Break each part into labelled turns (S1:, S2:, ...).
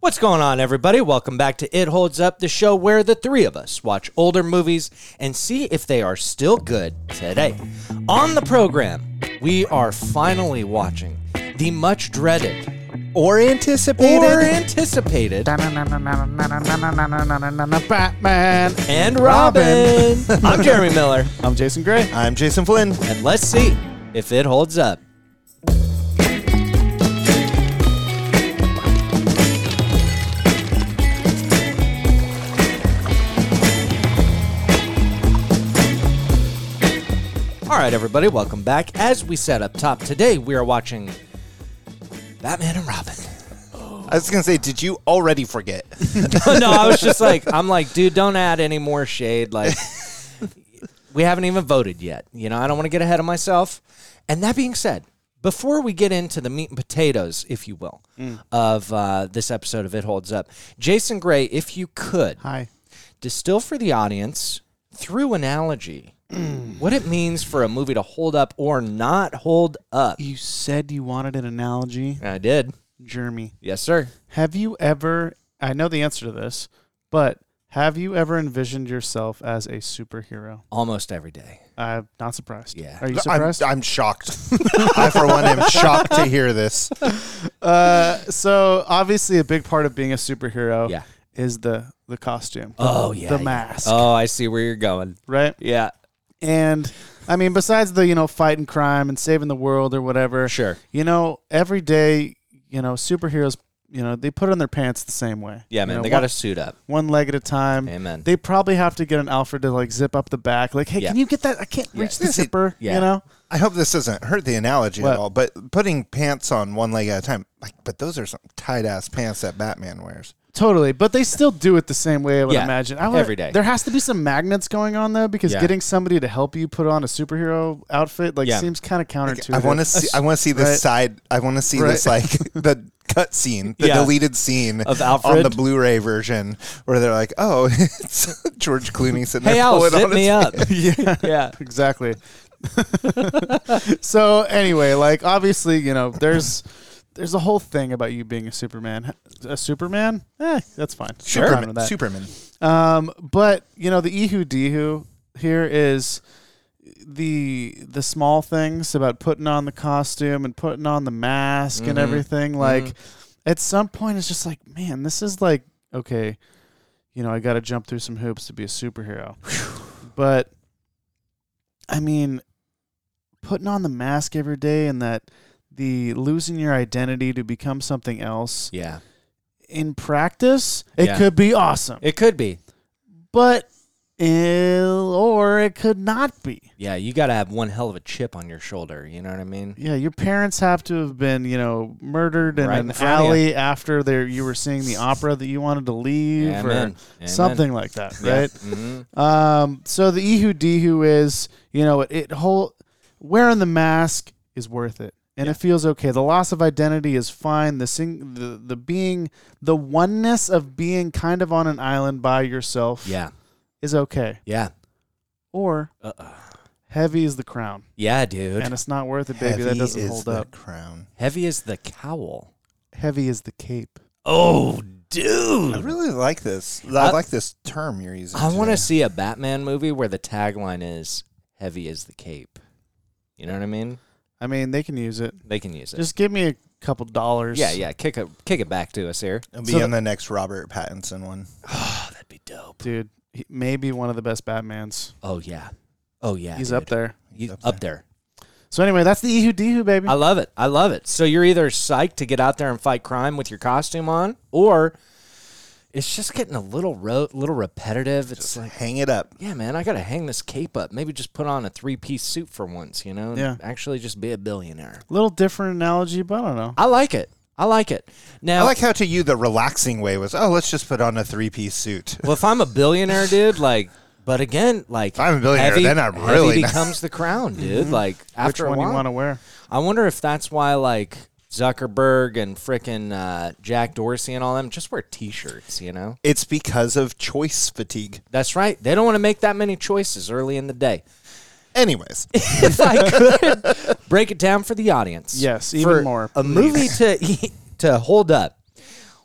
S1: What's going on, everybody? Welcome back to It Holds Up, the show where the three of us watch older movies and see if they are still good today. On the program, we are finally watching the much dreaded
S2: Or anticipated.
S1: or anticipated
S3: Batman.
S1: and Robin. I'm Jeremy Miller,
S3: I'm Jason Gray.
S2: I'm Jason Flynn.
S1: and let's see if it holds up. All right, everybody, welcome back. As we said up top today, we are watching Batman and Robin.
S2: I was gonna say, did you already forget?
S1: no, I was just like, I'm like, dude, don't add any more shade. Like, we haven't even voted yet. You know, I don't want to get ahead of myself. And that being said, before we get into the meat and potatoes, if you will,
S3: Mm.
S1: of uh, this episode of It Holds Up, Jason Gray, if you could
S3: Hi.
S1: distill for the audience through analogy
S3: Mm.
S1: what it means for a movie to hold up or not hold up.
S3: You said you wanted an analogy,
S1: I did.
S3: Jeremy.
S1: Yes, sir.
S3: Have you ever? I know the answer to this, but have you ever envisioned yourself as a superhero?
S1: Almost every day.
S3: I'm not surprised.
S1: Yeah.
S3: Are you
S2: I'm,
S3: surprised?
S2: I'm shocked. I, for one, am shocked to hear this.
S3: uh, so obviously, a big part of being a superhero
S1: Yeah.
S3: is the the costume.
S1: Oh,
S3: The-
S1: yeah,
S3: The
S1: yeah.
S3: mask.
S1: Oh, I see where you're going.
S3: Right.
S1: Yeah.
S3: And I mean, besides the you know fighting crime and saving the world or whatever,
S1: Sure.
S3: you know, every day, you know, superheroes, you know, they put on their pants the same way.
S1: Yeah,
S3: You
S1: man.
S3: know,
S1: They got to
S3: one,
S1: suit up.
S3: one leg at a time.
S1: Amen.
S3: They probably have to get an Alfred to like zip up the back. Like, hey,
S1: Yeah.
S3: can you get that? I can't reach the
S2: This is-
S3: zipper.
S1: yeah.
S3: You know,
S2: I hope this doesn't hurt the analogy
S3: What?
S2: at all. But putting pants on one leg at a time, like, but those are some tight ass pants that Batman wears.
S3: totally. But they still do it the same way. I would
S1: Yeah.
S3: imagine. I would,
S1: Every day.
S3: There has to be some magnets going on though, because
S1: Yeah.
S3: getting somebody to help you put on a superhero outfit like
S1: Yeah.
S3: seems kind of counterintuitive.
S2: I want to see. I want to see this
S3: Right.
S2: side. I want to see this like the cut scene, the
S1: Yeah.
S2: deleted scene
S1: Of
S2: on the
S1: Alfred?
S2: Blu-ray version, where they're like, "Oh, it's George Clooney sitting
S1: Hey,
S2: there."
S1: Al,
S2: pulling
S1: zip
S2: on his
S1: me up.
S3: yeah.
S1: yeah.
S3: exactly. so anyway, like obviously, you know, there's there's a whole thing about you being a Superman. A Superman? Eh, that's fine.
S1: Sure.
S3: I'm fine
S2: Superman.
S3: with that.
S2: Superman.
S3: Um, but you know, the ihu dihu here is the the small things about putting on the costume and putting on the mask
S1: Mm-hmm.
S3: and everything. Like at some point, it's just like, man, this is like okay, you know, I got to jump through some hoops to be a superhero. but I mean, putting on the mask every day and that the losing your identity to become something else
S1: Yeah.
S3: in practice, it
S1: Yeah.
S3: could be awesome
S1: It could be.
S3: but ill or it could not be.
S1: Yeah, you got to have one hell of a chip on your shoulder. You know what I mean?
S3: Yeah, your parents have to have been, you know, murdered in
S1: Right
S3: an
S1: in front of
S3: alley after they you were seeing the opera that you wanted to leave or
S1: Amen. Amen.
S3: something like that,
S1: Yeah.
S3: right?
S1: Mhm.
S3: Um, so the ihu dihu is, you know, it, it whole wearing the mask is worth it. And it feels okay. The loss of identity is fine. The, sing, the the being the oneness of being kind of on an island by yourself
S1: Yeah.
S3: is okay.
S1: Yeah.
S3: Or
S1: Uh-uh.
S3: heavy is the crown.
S1: Yeah, dude.
S3: and it's not worth it, baby. that
S2: Heavy
S3: doesn't
S2: is
S3: hold
S2: the
S3: up.
S2: Crown.
S1: Heavy as the cowl.
S3: Heavy is the cape.
S1: Oh,
S2: I
S1: dude.
S2: really like this. I,
S1: I-
S2: like this term you're using.
S1: I want
S2: today.
S1: to see a Batman movie where the tagline is heavy as the cape. You know what I mean?
S3: I mean, they can use it.
S1: They can use it.
S3: Just give me a couple dollars.
S1: yeah, yeah. Kick it, kick it back to us here.
S2: It'll be
S3: so
S2: in the next Robert Pattinson one.
S1: Oh, that'd be dope.
S3: dude. He, maybe one of the best Batmans.
S1: Oh, yeah. Oh, yeah.
S3: He's
S1: dude.
S3: up there.
S1: He's
S2: Up
S1: up there.
S3: So anyway, that's the Ihu Dihu baby.
S1: I love it. I love it. So you're either psyched to get out there and fight crime with your costume on, or it's just getting a little ro- little repetitive. It's like,
S2: Hang it up.
S1: yeah, man, I gotta hang this cape up. Maybe just put on a three piece suit for once, you know? and
S3: Yeah.
S1: Actually, just be a billionaire.
S3: Little different analogy, but I don't know.
S1: I like it. I like it.
S2: I
S1: Now,
S2: like how to you the relaxing way was. Oh, let's just put on a three piece suit.
S1: well, if I'm a billionaire, dude, like. But again, like
S2: I'm a billionaire,
S1: heavy-
S2: then I'm
S1: heavy
S2: really Mm-hmm. not.
S1: becomes the crown, dude. Like
S3: Which
S1: after
S3: one
S1: a
S3: you
S1: while,
S3: want to wear?
S1: I wonder if that's why like Zuckerberg and frickin' uh, Jack Dorsey and all them just wear T-shirts. You know,
S2: It's because of choice fatigue.
S1: that's right. They don't want to make that many choices early in the day.
S2: Anyways,
S1: If I could break it down for the audience,
S3: Yes, even
S1: for
S3: more,
S1: a
S3: please.
S1: movie to to hold up.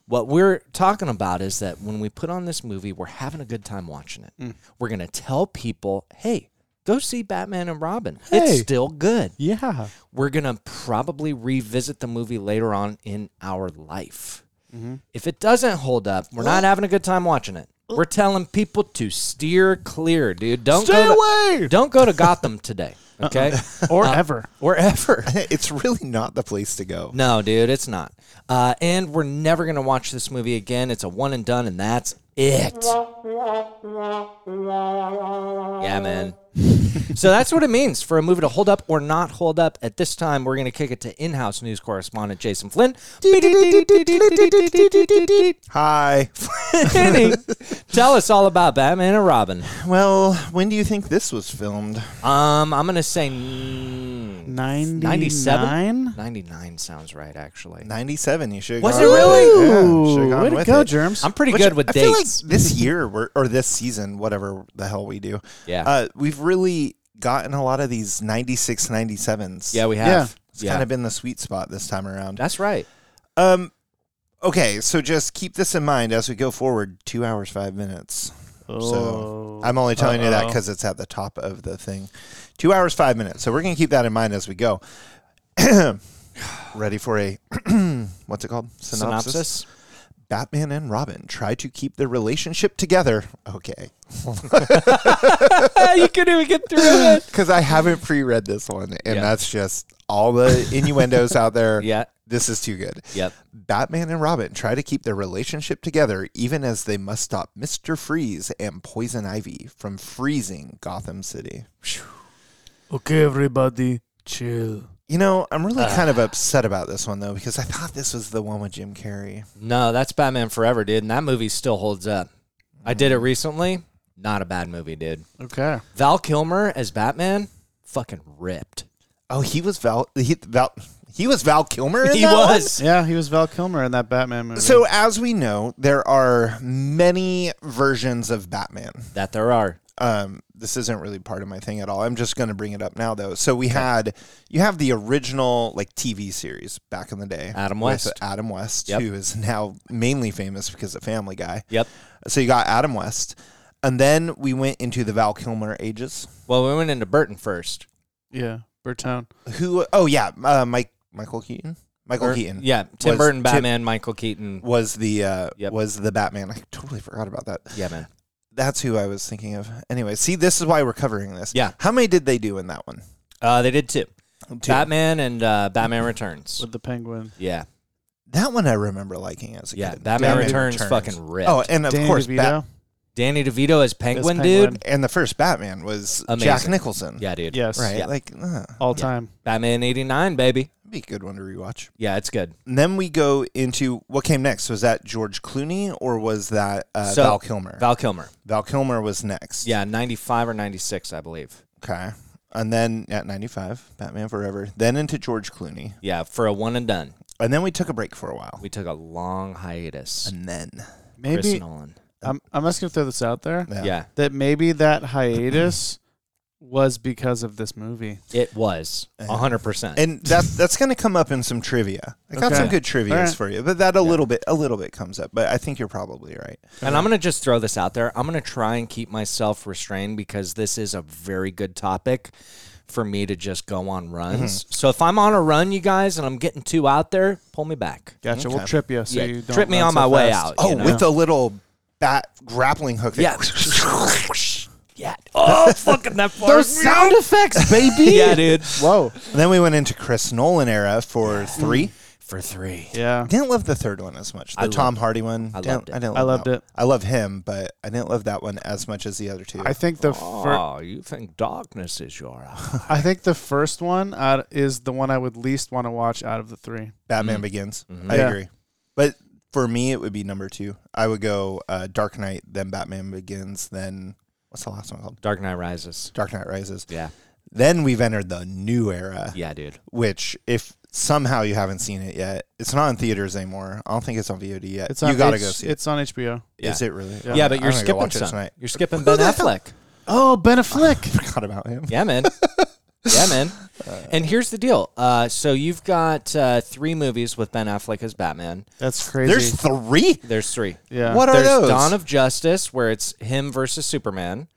S1: What we're talking about is that when we put on this movie, we're having a good time watching it.
S3: Mm.
S1: We're going to tell people, hey, go see Batman and Robin. It's
S3: Hey.
S1: still good.
S3: Yeah.
S1: We're going to probably revisit the movie later on in our life.
S3: Mm-hmm.
S1: If it doesn't hold up, we're not having a good time watching it. We're telling people to steer clear, dude. Don't
S3: Stay
S1: go to,
S3: away! Uh-uh.
S1: Don't go to Gotham today, okay?
S3: Or ever.
S1: Wherever.
S2: It's really not the place to go.
S1: No, dude, it's not. Uh, and we're never going to watch this movie again. It's a one and done, and that's it. Yeah, man. so that's what it means for a movie to hold up or not hold up. At this time, we're going to kick it to in house news correspondent Jason Flynn.
S2: Hi.
S1: Tell us all about Batman and Robin.
S2: Well, when do you think this was filmed?
S1: Um, I'm going to say mm,
S3: 97?
S1: 97? 99 sounds right, actually.
S2: 97. You should.
S1: Was
S2: gone
S1: it
S2: with
S1: really?
S2: Yeah, should've
S3: Ooh,
S2: gone
S3: way to
S2: with
S3: go,
S2: it.
S3: Germs.
S1: I'm pretty
S2: Which
S1: good with
S2: I feel
S1: dates.
S2: like this year we're, or this season, whatever the hell we do,
S1: Yeah.
S2: uh, we've really gotten a lot of these 96, 97s.
S1: yeah, we have.
S3: Yeah.
S2: It's kind of been the sweet spot this time around.
S1: That's right.
S2: Um, okay, so just keep this in mind as we go forward. Two hours five minutes. So
S3: Oh.
S2: I'm only telling you that
S3: Uh-oh.
S2: because it's at the top of the thing. Two hours five minutes. So we're gonna keep that in mind as we go. Ready for a what's it called?
S1: Synopsis.
S2: Batman and Robin try to keep their relationship together. Okay.
S1: you couldn't even get through it.
S2: Because I haven't pre read this one, and
S1: Yeah.
S2: that's just all the innuendos out there.
S1: Yeah.
S2: This is too good.
S1: Yep.
S2: Batman and Robin try to keep their relationship together even as they must stop Mr. Freeze and Poison Ivy from freezing Gotham City.
S3: Okay, everybody, chill.
S2: You know, I'm really kind of upset about this one, though, because I thought this was the one with Jim Carrey.
S1: No, that's Batman Forever, dude, and that movie still holds up. I did it recently. Not a bad movie, dude.
S3: Okay.
S1: Val Kilmer as Batman, fucking ripped.
S2: Oh, he was Val. He, Val, he was Val Kilmer. in
S1: He
S2: that one?
S1: was.
S3: Yeah, he was Val Kilmer in that Batman movie.
S2: So, as we know, there are many versions of Batman.
S1: That there are.
S2: um, this isn't really part of my thing at all. I'm just going to bring it up now, though. So we had you have the original like TV series back in the day,
S1: Adam
S2: with
S1: West.
S2: Adam West,
S1: Yep.
S2: who is now mainly famous because of Family Guy.
S1: Yep.
S2: So you got Adam West, and then we went into the Val Kilmer ages.
S1: Well, we went into Burton first.
S3: yeah, Bertone.
S2: Who? Oh yeah, uh, Mike Michael Keaton. Michael
S1: Or-
S2: Keaton.
S1: Er, Yeah. Tim
S2: Was
S1: Burton,
S2: Tim-
S1: Batman, Michael Keaton.
S2: Was the uh,
S1: Yep.
S2: was the Batman? I totally forgot about that.
S1: Yeah, man.
S2: That's who I was thinking of. Anyway, see, this is why we're covering this.
S1: Yeah.
S2: How many did they do in that one?
S1: Uh, they did two.
S2: Two.
S1: Batman and uh, Batman Returns.
S3: with the penguin.
S1: Yeah.
S2: That one I remember liking as a
S1: Yeah.
S2: kid.
S1: Batman, Returns, fucking ripped.
S2: Oh, and of
S3: Danny
S2: course,
S3: DeVito.
S2: Bat-
S1: Danny DeVito as Penguin, dude.
S3: Penguin.
S2: and the first Batman was Jack
S1: Amazing.
S2: Nicholson.
S1: Yeah, dude.
S3: yes.
S2: right.
S1: Yeah.
S2: Like uh,
S3: All
S1: Yeah.
S3: time.
S1: Batman 89, baby.
S2: be a good one to rewatch.
S1: Yeah, it's good.
S2: And then we go into what came next. Was that George Clooney or was that uh,
S1: So-
S2: Val Kilmer? Val-,
S1: Val Kilmer.
S2: Kilmer was next.
S1: Yeah, 95 or 96, I believe.
S2: Okay. And then at ninety five, Batman Forever. Then into George Clooney,
S1: Yeah, for a one and done.
S2: and then we took a break for a while.
S1: We took a long hiatus.
S2: And then
S1: Chris
S3: Maybe
S1: Nolan.
S3: I'm, I'm just gonna throw this out there
S2: yeah.
S1: Yeah,
S3: that maybe that hiatus was because of this movie.
S1: it was 100%.
S2: And that that's going to come up in some trivia. I got
S3: Okay.
S2: some good trivias
S3: All right.
S2: for you, but that a little bit a little bit comes up. But I think you're probably right.
S1: And I'm going to just throw this out there. I'm going to try and keep myself restrained because this is a very good topic for me to just go on runs. So if I'm on a run, you guys, and I'm getting two out there, pull me back.
S3: Gotcha. We'll trip you so
S1: Yeah,
S3: you don't
S1: trip me
S3: run
S1: on
S3: so
S1: my way
S3: fast.
S1: out.
S2: Oh,
S1: you know?
S2: with the little bat grappling hook. that-
S1: Yeah. yeah. Oh, fucking that far.
S3: Those sound effects, baby.
S1: yeah, dude.
S3: Whoa.
S2: And then we went into Chris Nolan era for three.
S1: For three.
S3: Yeah.
S2: Didn't love the third one as much. The
S1: I
S2: Tom Hardy one.
S1: I
S2: didn't-
S1: loved it.
S2: I, didn't
S3: I
S2: love
S3: loved
S2: that
S3: it.
S2: one. I love him, but I didn't love that one as much as the other two.
S3: I think the fir-
S1: Oh, you think darkness is your uh, eye.
S3: I think the first one uh, is the one I would least want to watch out of the three.
S1: mm-hmm.
S2: Batman Begins. I
S3: Yeah.
S2: agree. But for me, it would be number two. I would go uh, Dark Knight, then Batman Begins, then what's the last one called?
S1: Dark Knight Rises.
S2: Dark Knight Rises.
S1: Yeah.
S2: Then we've entered the new era,
S1: Yeah, dude.
S2: which if somehow you haven't seen it yet, it's not in theaters anymore. I don't think it's on VOD yet.
S3: It's on
S2: you gotta
S3: H-
S2: go see it.
S3: It's on HBO.
S1: Yeah.
S2: Is it really?
S3: Yeah.
S1: Yeah, but you're
S2: I'm gonna go
S1: skipping
S2: watch it
S1: some.
S2: tonight.
S1: You're skipping Ben
S2: the hell-
S1: Affleck.
S3: Oh, Ben Affleck.
S2: Forgot about him.
S1: Yeah, man. Yeah, man. and here's the deal. Uh, so you've got uh, three movies with Ben Affleck as Batman.
S3: That's crazy.
S2: There's three.
S1: There's three.
S3: yeah.
S2: What are
S1: There's
S2: those?
S1: Dawn of Justice, where it's him versus Superman.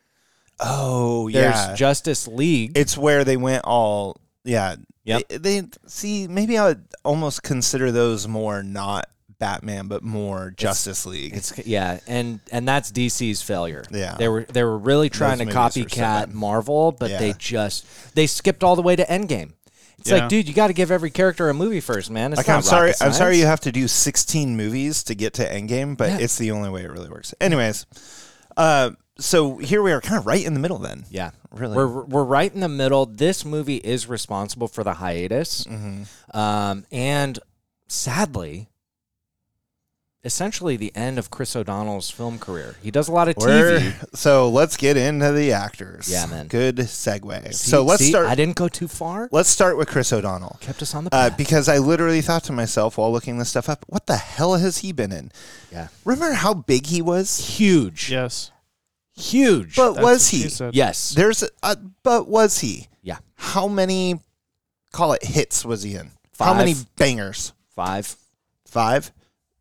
S2: oh
S1: There's
S2: yeah,
S1: Justice League.
S2: it's where they went all yeah.
S1: Yep.
S2: They, they- see. Maybe I would almost consider those more not Batman, but more Justice League.
S1: It's yeah, and and that's DC's failure.
S2: Yeah.
S1: they were they were really trying to
S2: movies are
S1: copycat
S2: sad.
S1: Marvel, but
S2: Yeah.
S1: they just they skipped all the way to Endgame. It's
S3: Yeah.
S1: like, dude, you got to give every character a movie first, man. It's
S2: like
S1: not
S2: I'm sorry,
S1: rocket
S2: I'm sorry
S1: science.
S2: you have to do 16 movies to get to Endgame, but
S1: Yeah.
S2: it's the only way it really works. Anyways, uh, so here we are, kind of right in the middle. Then,
S1: Yeah,
S2: Really?
S1: We're we're right in the middle. This movie is responsible for the hiatus,
S2: Mm-hmm.
S1: um, and sadly, essentially the end of Chris O'Donnell's film career. He does a lot of
S2: We're-
S1: TV.
S2: so let's get into the actors.
S1: Yeah, man.
S2: Good segue.
S1: See-
S2: so let's
S1: see,
S2: start.
S1: I didn't go too far.
S2: let's start with Chris O'Donnell.
S1: Kept us on the
S2: Uh,
S1: path.
S2: because I literally thought to myself while looking this stuff up, what the hell has he been in?
S1: yeah,
S2: Remember how big he was?
S1: huge,
S3: yes.
S1: huge.
S2: But
S3: That's
S2: was
S3: what she
S2: he?
S3: said.
S1: Yes.
S2: There's, a, uh, but was he?
S1: yeah.
S2: How many? Call it hits. Was he in? How
S1: Five.
S2: many bangers?
S1: Five.
S2: Five.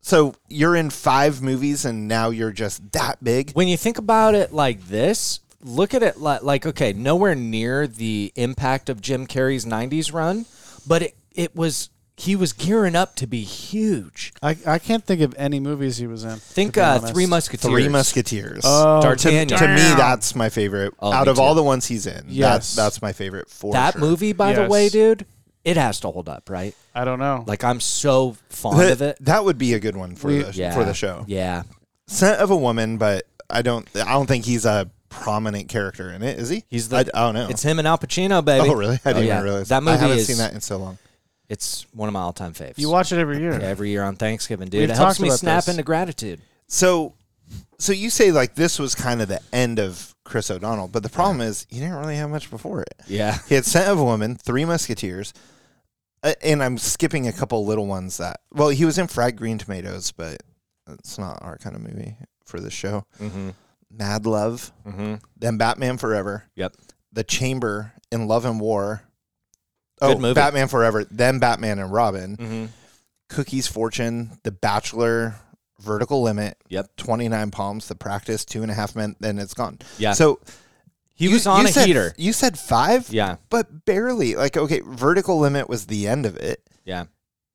S2: So you're in five movies, and now you're just that big.
S1: When you think about it like this, look at it like, like okay, nowhere near the impact of Jim Carrey's 90s run, but it, it was, he was gearing up to be huge.
S3: I, I can't think of any movies he was in. to
S1: Think
S3: be
S1: uh,
S3: honest.
S1: Three Musketeers.
S2: Three Musketeers.
S3: Oh,
S2: to,
S1: D'Artagnan.
S2: to me, that's my favorite.
S1: Oh,
S2: Out
S1: me
S2: of all
S1: too.
S2: the ones he's in,
S3: Yes.
S2: that, that's my favorite. For
S1: That
S2: sure.
S1: movie, by the
S3: Yes.
S1: way, dude, it has to hold up, right?
S3: I don't know.
S1: Like, I'm so fond
S2: That-
S1: of it.
S2: that would be a good one for
S3: We-
S2: the
S1: Yeah.
S2: for the show.
S1: Yeah.
S2: Scent of a Woman, but I don't. I don't think he's a prominent character in it. Is he?
S1: He's the-
S2: I, I don't know.
S1: It's him and Al Pacino, baby.
S2: oh, really? I didn't
S1: yeah.
S2: even realize
S1: That movie
S2: I haven't
S1: is,
S2: seen that in so long.
S1: it's one of my all time faves.
S3: you watch it every year.
S1: Every year on Thanksgiving, dude.
S3: We've
S1: it helps
S3: talked
S1: me
S3: about
S1: snap
S3: this.
S1: into gratitude.
S2: So, so you say like this was kind of the end of Chris O'Donnell, but the problem is he didn't really have much before it.
S1: Yeah.
S2: He had Scent of a Woman, Three Musketeers, uh, and I'm skipping a couple little ones that. Well, he was in Fried Green Tomatoes, but it's not our kind of movie for this show.
S1: Mm-hmm.
S2: Mad Love,
S1: Mm-hmm.
S2: then Batman Forever,
S1: Yep.
S2: The Chamber, and Love and War.
S1: Good
S2: oh,
S1: movie.
S2: Batman Forever, then Batman and Robin,
S1: Mm-hmm.
S2: Cookie's Fortune, The Bachelor, Vertical Limit,
S1: Yep.
S2: 29 Palms, The Practice, Two and a Half Men, then it's gone.
S1: Yeah.
S2: So
S1: He was on a
S2: said,
S1: heater.
S2: You said five?
S1: Yeah.
S2: but barely. Like, okay, vertical limit was the end of it,
S1: Yeah.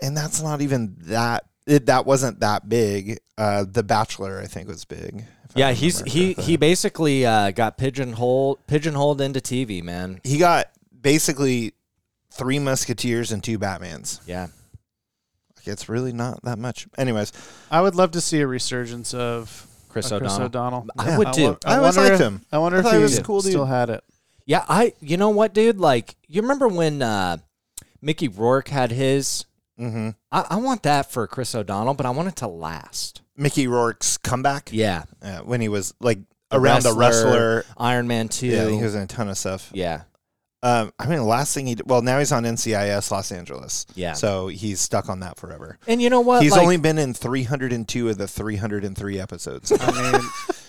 S2: and that's not even that. It, that wasn't that big. Uh, the Bachelor, I think, was big. if I
S1: Yeah, he's
S2: remember
S1: he
S2: correctly.
S1: he basically uh, got pigeonholed pigeonholed into TV, man.
S2: he got basically three Musketeers and two Batmans.
S1: Yeah.
S2: Like, it's really not that much. Anyways,
S3: I would love to see a resurgence of uh,
S1: Chris
S3: of
S1: O'Donnell. I
S2: Yeah.
S1: would
S3: wo-
S1: too.
S2: I always
S3: wonder
S2: liked
S3: if-
S2: him.
S3: I wonder
S2: I
S3: if
S2: thought
S3: he
S2: he was a cool dude.
S3: still had it.
S1: Yeah, I you know what, dude? Like you remember when uh, Mickey Rourke had his
S2: hmm
S1: I, I want that for Chris O'Donnell, but I want it to last.
S2: Mickey Rourke's comeback
S1: Yeah.
S2: uh, when he was like around the wrestler.
S1: Iron Man two.
S2: Yeah, he was in a ton of stuff.
S1: yeah.
S2: Um, I mean, last thing he did, well, now he's on NCIS Los Angeles.
S1: Yeah.
S2: So he's stuck on that forever.
S1: And you know what?
S2: He's
S1: like,
S2: only been in 302 of the 303 episodes.
S3: I mean,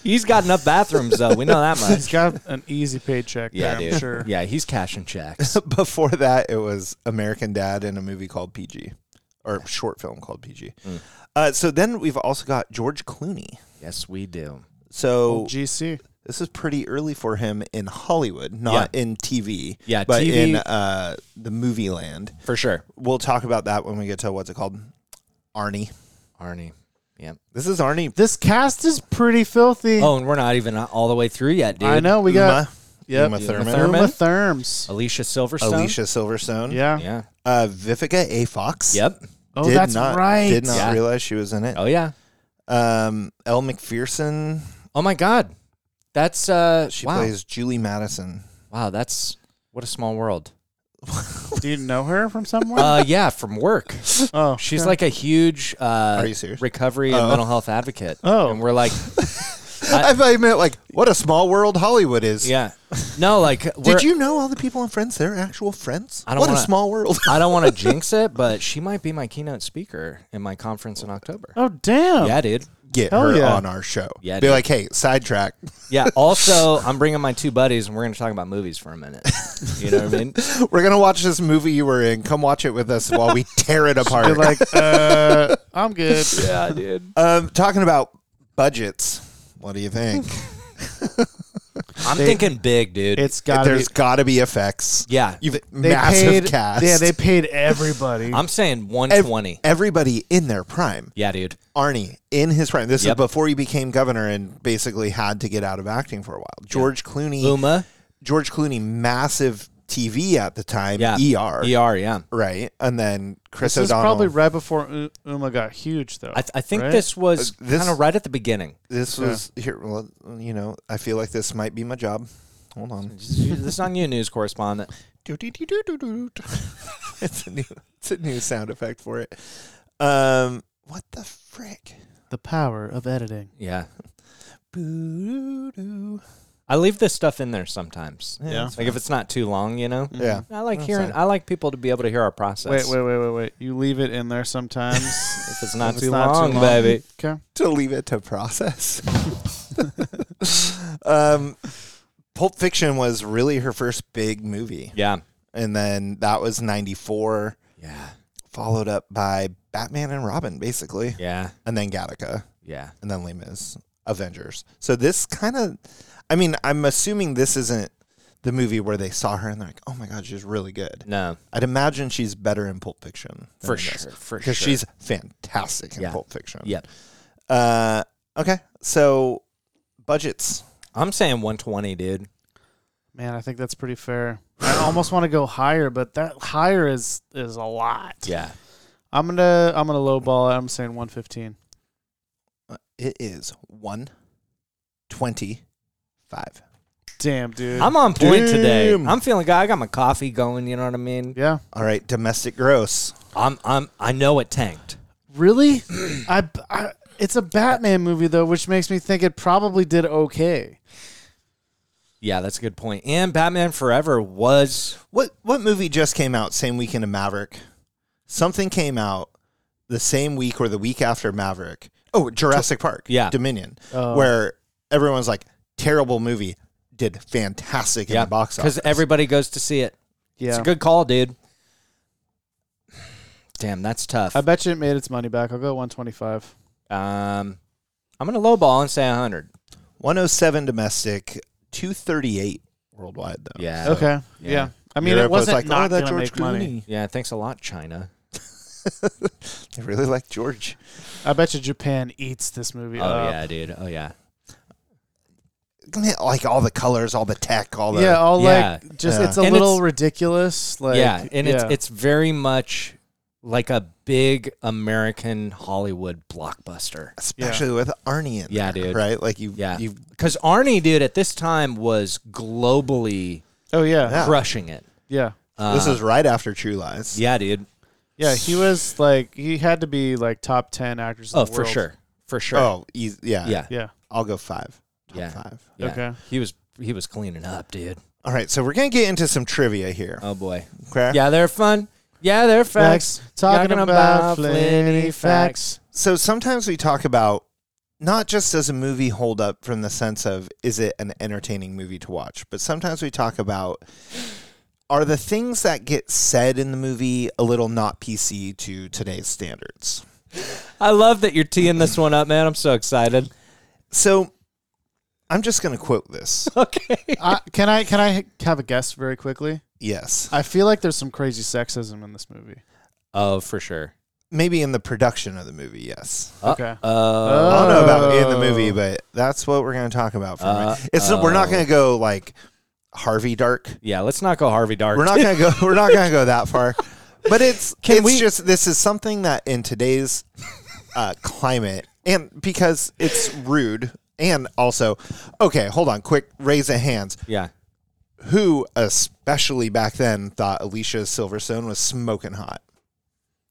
S1: he's got enough bathrooms though. We know that
S3: he's
S1: much.
S3: got an easy paycheck.
S1: Yeah,
S3: there,
S1: dude.
S3: I'm sure.
S1: Yeah, he's cashing checks.
S2: Before that, it was American Dad and a movie called PG, or a short film called PG.
S1: Mm.
S2: Uh, so then we've also got George Clooney.
S1: yes, we do.
S2: So
S1: Oh,
S3: Old GC.
S2: this is pretty early for him in Hollywood, not in TV,
S1: Yeah,
S2: but
S1: TV.
S2: in uh, the movie land.
S1: For sure.
S2: We'll talk about that when we get to what's it called? Arnie.
S1: Arnie. Yeah.
S2: This is Arnie.
S3: This cast is pretty filthy.
S1: Oh, and we're not even all the way through yet, dude.
S3: I know we got
S2: Uma,
S3: yep,
S2: Uma Thurman.
S1: Thurman.
S3: Uma Therms.
S1: Alicia Silverstone.
S2: Alicia Silverstone.
S3: Yeah.
S1: Yeah.
S2: Uh, Vivica A. Fox.
S1: Yep.
S3: Oh,
S2: did
S3: that's
S2: not,
S3: right.
S2: Did not
S1: Yeah.
S2: realize she was in it.
S1: Oh yeah.
S2: Um, Elle McPherson.
S1: Oh my God. That's uh.
S2: She
S1: wow.
S2: plays Julie Madison.
S1: Wow. That's what a small world.
S3: Do you know her from somewhere?
S1: Uh, yeah. From work,
S3: oh,
S1: she's
S3: okay.
S1: like a huge uh
S2: you serious?
S1: recovery and
S2: Oh.
S1: mental health advocate.
S3: Oh.
S1: And we're like, I-
S2: I, thought you meant like what a small world Hollywood is.
S1: yeah. No, like, we're-
S2: Did you know all the people in Friends? They're actual friends.
S1: I don't
S2: what a
S1: wanna-
S2: small world.
S1: I don't want to jinx it, but she might be my keynote speaker in my conference in October.
S3: Oh, damn.
S1: Yeah, dude.
S2: get
S3: Hell
S2: her
S3: yeah.
S2: on our show.
S1: Yeah,
S2: Be
S1: dude.
S2: like, hey, sidetrack.
S1: Yeah. Also, I'm bringing my two buddies, and we're going to talk about movies for a minute. You know what I mean?
S2: We're gonna watch this movie you were in. Come watch it with us while we tear it apart.
S3: You're like, uh, I'm good.
S1: Yeah, dude.
S2: um, talking about budgets. What do you think?
S1: I'm thinking big, dude.
S3: It's got to be.
S2: There's got to be effects.
S1: yeah.
S2: You've
S3: They
S2: massive
S3: paid,
S2: cast.
S3: Yeah, they paid everybody.
S1: I'm saying
S2: Ev-
S1: 120.
S2: everybody in their prime.
S1: yeah, dude.
S3: E
S2: Arnie in his prime. This
S1: Yep.
S2: is before he became governor and basically had to get out of acting for a while. George Clooney,
S1: Uma.
S2: George Clooney, massive TV at the time.
S1: Yeah.
S3: E
S2: ER,
S1: ER, yeah.
S2: right? And then Chris
S3: this is
S2: O'Donnell. Uh,
S3: probably right before U- Uma got huge, though.
S1: I, th- I think
S3: right?
S1: this was
S2: Uh, this-
S1: kind of right at the beginning.
S2: this was here. Well, you know, I feel like this might be my job. Hold on.
S1: this is on you, news correspondent.
S2: it's a new, it's a new sound effect for it. Um, what the frick?
S3: the power of editing.
S1: Yeah.
S2: Boo-doo-doo.
S1: I leave this stuff in there sometimes.
S3: Yeah.
S2: that's
S1: Like if it's not too long, you know?
S2: Yeah.
S1: I like
S2: That's
S1: hearing,
S2: fine.
S1: I like people to be able to hear our
S3: Wait,
S1: process.
S3: wait, wait, wait, wait. You leave it in there sometimes.
S1: If it's not,
S3: It's
S1: too,
S3: not too
S1: long,
S3: long.
S1: baby.
S3: okay.
S2: to leave it to process. um, Pulp Fiction was really her first big movie,
S1: Yeah.
S2: and then that was '94,
S1: Yeah.
S2: followed up by Batman and Robin, basically,
S1: Yeah.
S2: and then Gattaca,
S1: Yeah.
S2: and then Les Mis, Avengers. So this kind of, I mean, I'm assuming this isn't the movie where they saw her and they're like, "Oh my god, she's really good."
S1: No.
S2: I'd imagine she's better in Pulp Fiction than
S1: For
S2: in this,
S1: sure, for
S2: because
S1: sure.
S2: she's fantastic in
S1: Yeah.
S2: Pulp Fiction.
S1: Yep.
S2: Uh, okay, so budgets.
S1: I'm saying 120, dude.
S3: Man, I think that's pretty fair. I almost want to go higher, but that higher is is a lot.
S1: Yeah.
S3: I'm gonna I'm gonna lowball it. I'm saying 115.
S2: uh, It is one twenty-five.
S3: Damn, dude.
S1: I'm on point today.
S2: Damn.
S1: I'm feeling good. I got my coffee going, you know what I mean?
S3: yeah.
S2: All right, domestic gross.
S1: I'm I'm I know it tanked.
S3: Really? I, I it's a Batman movie though, which makes me think it probably did okay.
S1: Yeah, that's a good point. And Batman Forever was
S2: What what movie just came out same weekend of Maverick? Something came out the same week or the week after Maverick. Oh, Jurassic Park.
S1: yeah.
S2: Dominion,
S3: Oh.
S2: where everyone's like, terrible movie, did fantastic in
S1: yeah,
S2: the box office.
S1: because everybody goes to see it.
S3: Yeah.
S1: It's a good call, dude. Damn, that's tough.
S3: I bet you it made its money back. I'll go 125.
S1: Um, I'm gonna lowball and say 100.
S2: 107 domestic, 238 worldwide though.
S1: Yeah.
S3: okay.
S1: yeah.
S3: Yeah. I mean,
S2: Europe
S3: it wasn't
S2: like,
S3: not
S2: oh, that
S3: gonna
S2: George
S3: make money.
S2: Clooney.
S1: Yeah. Thanks a lot, China.
S2: I really like George.
S3: I bet you Japan eats this movie.
S1: Oh
S3: up.
S1: yeah, dude. Oh yeah.
S2: Like all the colors, all the tech, all the
S3: Yeah, all
S1: Yeah.
S3: like just
S2: Yeah.
S3: it's a
S1: And
S3: little
S1: it's-
S3: ridiculous. Like
S1: yeah, and
S3: yeah.
S1: it's it's very much like a big American Hollywood blockbuster.
S2: especially with Arnie in
S1: Yeah,
S2: there,
S1: dude.
S2: Right? Like you,
S1: Yeah.
S2: you
S1: Because Arnie, dude, at this time was globally
S3: oh yeah,
S2: Yeah.
S1: crushing it.
S3: yeah,
S1: Uh,
S2: this is right after True Lies.
S1: yeah, dude.
S3: yeah. He was like he had to be like top ten actors. In
S1: Oh,
S3: the
S1: for
S3: world.
S1: sure, for sure.
S2: Oh, eas- yeah.
S1: yeah,
S3: Yeah.
S2: I'll go five. Top
S1: Yeah.
S2: five.
S1: yeah.
S3: Okay.
S1: He was he was cleaning up, dude.
S2: All right. So we're gonna get into some trivia here.
S1: Oh boy.
S2: Okay.
S1: Yeah, they're fun. Yeah, they're facts.
S3: Talking,
S1: Talking about
S3: about,
S1: plenty
S3: plenty
S1: facts.
S3: facts.
S2: So sometimes we talk about not just does a movie hold up from the sense of is it an entertaining movie to watch, but sometimes we talk about are the things that get said in the movie a little not PC to today's standards.
S1: I love that you're teeing this one up, man. I'm so excited.
S2: So I'm just gonna quote this.
S1: Okay.
S3: I, can I can I have a guess very quickly?
S2: yes.
S3: I feel like there's some crazy sexism in this movie.
S1: Oh, for sure.
S2: Maybe in the production of the movie, yes.
S3: Okay.
S1: Uh,
S2: I don't know about in the
S3: Oh.
S2: movie, but that's what we're going to talk about for a minute.
S1: Uh,
S2: It's we're not
S1: oh.
S2: going to go like Harvey Dark.
S1: yeah, let's not go Harvey Dark.
S2: We're not going to go. We're not going to go that far. But it's
S1: Can
S2: it's
S1: we-
S2: just this is something that in today's uh, climate and because it's rude and also okay. Hold on, quick raise of hands.
S1: yeah.
S2: Who especially back then thought Alicia Silverstone was smoking hot?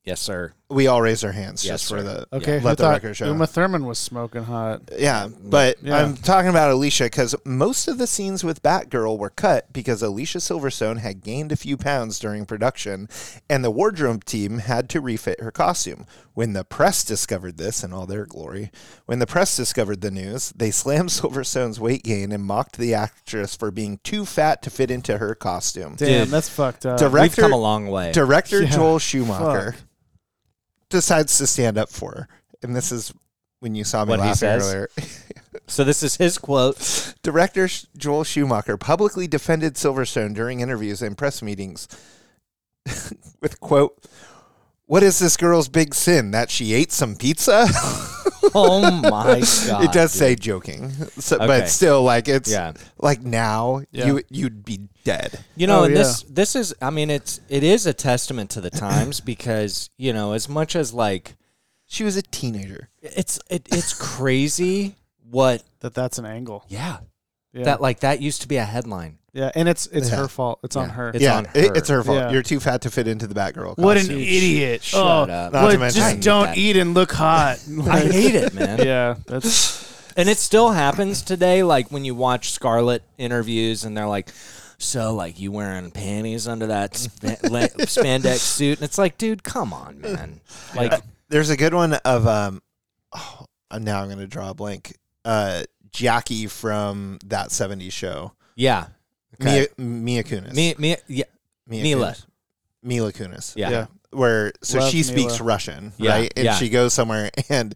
S1: Yes, sir.
S2: we all raised our hands
S1: Yes,
S2: just for
S1: sir.
S2: the
S3: Okay, who
S2: let the
S3: thought
S2: record show.
S3: Uma Thurman was smoking hot.
S1: Mm,
S2: yeah, but
S3: Yeah.
S2: I'm talking about Alicia because most of the scenes with Batgirl were cut because Alicia Silverstone had gained a few pounds during production, and the wardrobe team had to refit her costume. When the press discovered this in all their glory, when the press discovered the news, they slammed Silverstone's weight gain and mocked the actress for being too fat to fit into her costume.
S3: Damn,
S1: Dude.
S3: that's fucked up.
S2: Direct-
S1: We've
S2: Director-
S1: come a long way.
S2: Director
S3: Yeah,
S2: Joel Schumacher
S3: fuck.
S2: decides to stand up for her. And this is when you saw me
S1: What he
S2: laughing
S1: says?
S2: earlier.
S1: So this is his quote.
S2: Director Sh- Joel Schumacher publicly defended Silverstone during interviews and press meetings with quote what is this girl's big sin that she ate some pizza?
S1: Oh my god.
S2: it does
S1: dude.
S2: say joking, so,
S1: Okay.
S2: but still, like it's
S1: Yeah.
S2: like now
S3: Yeah.
S2: you you'd be dead.
S1: You know,
S3: Oh,
S1: and
S3: yeah.
S1: this this is I mean it's it is a testament to the times because, you know, as much as like
S2: She was a teenager.
S1: it's it, it's crazy what
S3: that that's an angle.
S1: yeah,
S3: Yeah,
S1: that like that used to be a headline.
S3: yeah, and it's it's
S2: Yeah.
S3: her fault. It's on
S2: Yeah.
S3: her.
S1: It's
S2: yeah,
S1: on
S2: it-
S1: her.
S2: it's her fault.
S3: Yeah.
S2: You're too fat to fit into the Batgirl.
S3: What an
S2: costume.
S3: idiot!
S1: Shut
S3: oh,
S1: up.
S2: Not to
S3: But
S2: mention- I
S3: just
S2: hate
S3: don't
S1: that.
S3: eat and look hot.
S1: I hate it, man.
S3: yeah, that's
S1: And it still happens today like when you watch Scarlett interviews and they're like so like you wearing panties under that spa- le- spandex suit and it's like dude come on man like
S2: There's a good one of um. Oh, now I'm gonna draw a blank. Uh, Jackie from that '70s show.
S1: yeah
S2: Mia, Mia Kunis.
S1: me me yeah
S2: Mia
S1: Mila.
S2: Kunis. Mila Kunis.
S1: yeah,
S3: yeah.
S2: Where so
S3: Love
S2: she speaks
S3: Mila.
S2: Russian,
S1: Yeah,
S2: right? And
S1: yeah.
S2: she goes somewhere, and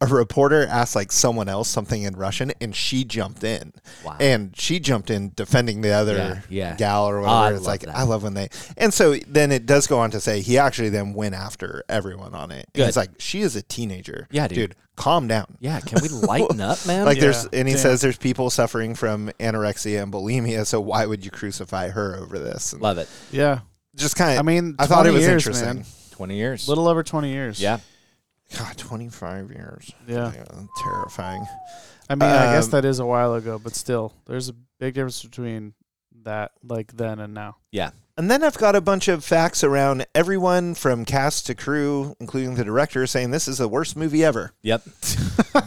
S2: a reporter asks like someone else something in Russian, and she jumped in,
S1: Wow.
S2: and she jumped in defending the other
S1: Yeah, yeah. Oh,
S2: gal or whatever.
S1: I
S2: it's
S1: love
S2: like
S1: that.
S2: I love when they. And so then it does go on to say he actually then went after everyone on it.
S1: Good.
S2: And it's like she is a teenager.
S1: Yeah, dude.
S2: calm down.
S1: Yeah, can we lighten up, man?
S2: Like there's
S3: Yeah,
S2: and he
S3: damn.
S2: says there's people suffering from anorexia and bulimia, so why would you crucify her over this? And
S1: Love it.
S3: yeah.
S2: just kind of
S3: I mean,
S2: I thought it
S3: 20
S2: was
S3: years,
S2: interesting.
S3: man.
S1: Twenty years.
S3: Little over twenty years.
S1: Yeah.
S2: God, 25 years.
S3: yeah.
S2: terrifying.
S3: I mean, I guess
S2: Um,
S3: that is a while ago, but still, there's a big difference between that, like then and now.
S1: Yeah.
S2: And then I've got a bunch of facts around everyone from cast to crew, including the director, saying this is the worst movie ever.
S1: Yep.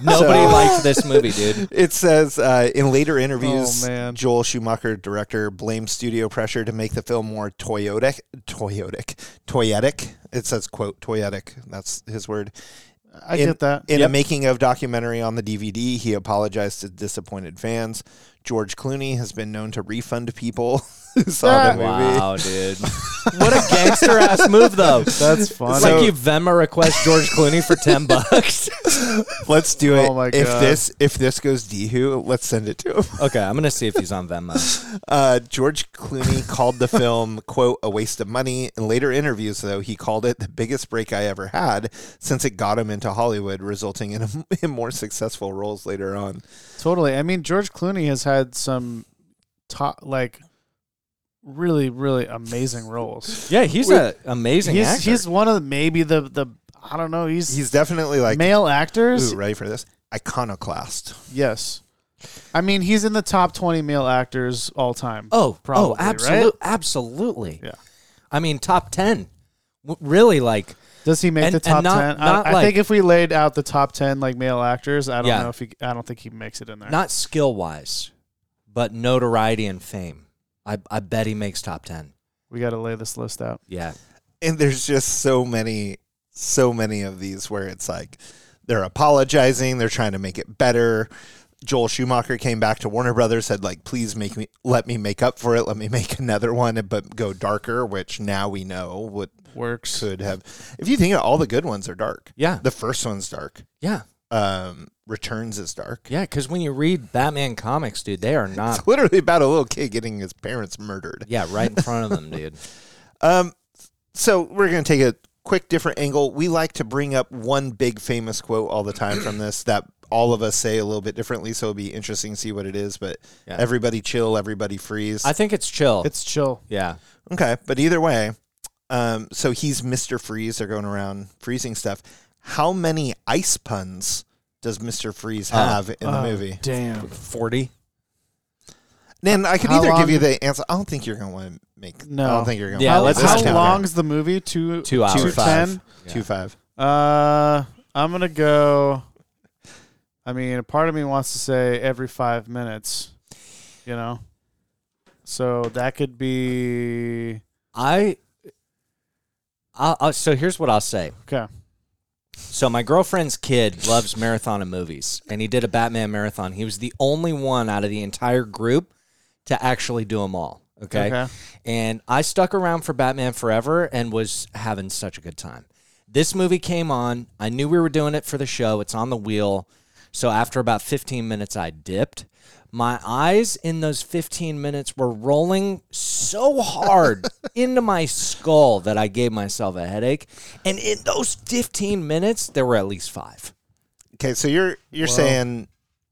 S1: Nobody liked this movie, dude.
S2: It says uh, in later interviews,
S3: Oh, man.
S2: Joel Schumacher, director, blamed studio pressure to make the film more toyotic, toyotic, toyetic. It says, quote, toyetic. That's his word.
S3: I
S2: in,
S3: get that.
S2: In
S1: Yep.
S2: a making of documentary on the DVD, he apologized to disappointed fans. George Clooney has been known to refund people who saw the movie.
S1: Wow, dude. What a gangster ass move, though.
S3: That's funny.
S1: It's like you Venmo request George Clooney for ten bucks.
S2: Let's do it.
S3: Oh my
S2: If
S3: God.
S2: this if this goes dehu, let's send it to him.
S1: okay, I'm gonna see if he's on Venmo.
S2: Uh, George Clooney called the film quote a waste of money. In later interviews, though, he called it the biggest break I ever had since it got him into Hollywood, resulting in him in more successful roles later on.
S3: Totally. I mean, George Clooney has had some top, like really, really amazing roles.
S1: Yeah, he's an amazing
S3: he's
S1: actor.
S3: he's one of the, maybe the the I don't know. He's,
S2: He's definitely like
S3: male actors.
S2: ooh, ready for this iconoclast.
S3: Yes. I mean, he's in the top twenty male actors all time.
S1: oh,
S3: probably,
S1: oh,
S3: right?
S1: absolutely, absolutely.
S3: Yeah.
S1: I mean, top ten. W- really, like,
S3: Does he make
S1: And-
S3: the
S1: and
S3: top
S1: not-
S3: ten?
S1: not
S3: I, I
S1: like-
S3: think if we laid out the top ten like male actors, I don't
S1: Yeah.
S3: know if he. I don't think he makes it in there.
S1: not skill wise, but notoriety and fame. I I bet he makes top ten.
S3: we got to lay this list out.
S1: Yeah.
S2: and there's just so many so many of these where it's like they're apologizing they're trying to make it better joel schumacher came back to warner brothers said like please make me let me make up for it let me make another one but go darker which now we know what
S3: Works.
S2: could have if you think of all the good ones are dark
S1: Yeah.
S2: the first one's dark
S1: Yeah.
S2: um returns is dark
S1: Yeah, because when you read Batman comics, dude, they are not.
S2: it's literally about a little kid getting his parents murdered
S1: Yeah, right in front of them, dude.
S2: Um, so we're going to take a quick different angle. We like to bring up one big famous quote all the time from this that all of us say a little bit differently. So it'll be interesting to see what it is. But
S1: Yeah.
S2: everybody chill, everybody freeze.
S1: I think it's chill.
S3: It's chill.
S1: yeah,
S2: okay, but either way, um, so he's Mister Freeze. They're going around freezing stuff. How many ice puns does Mister Freeze have in the
S3: Oh,
S2: movie?
S3: Damn.
S1: forty.
S2: Then I could
S3: How
S2: either
S3: long-
S2: give you the answer. I don't think you're going to want to make.
S3: No.
S2: I don't think you're going. to
S1: Yeah,
S3: how
S1: let's
S3: how
S1: not count.
S3: long's the movie? Two
S1: Two hours.
S3: Two
S2: Two five.
S3: ten.
S1: Yeah.
S2: Two five.
S3: Uh, I'm gonna go. I mean, a part of me wants to say every five minutes, you know. So that could be
S1: I, I, I so here's what I'll say.
S3: okay.
S1: So my girlfriend's kid loves marathon of movies, and he did a Batman marathon. He was the only one out of the entire group to actually do them all. Okay?
S3: Okay.
S1: And I stuck around for Batman Forever and was having such a good time. This movie came on. I knew we were doing it for the show. It's on the wheel. So after about 15 minutes, I dipped. My eyes in those 15 minutes were rolling so hard into my skull that I gave myself a headache. And in those 15 minutes, there were at least five.
S2: Okay, so you're you're saying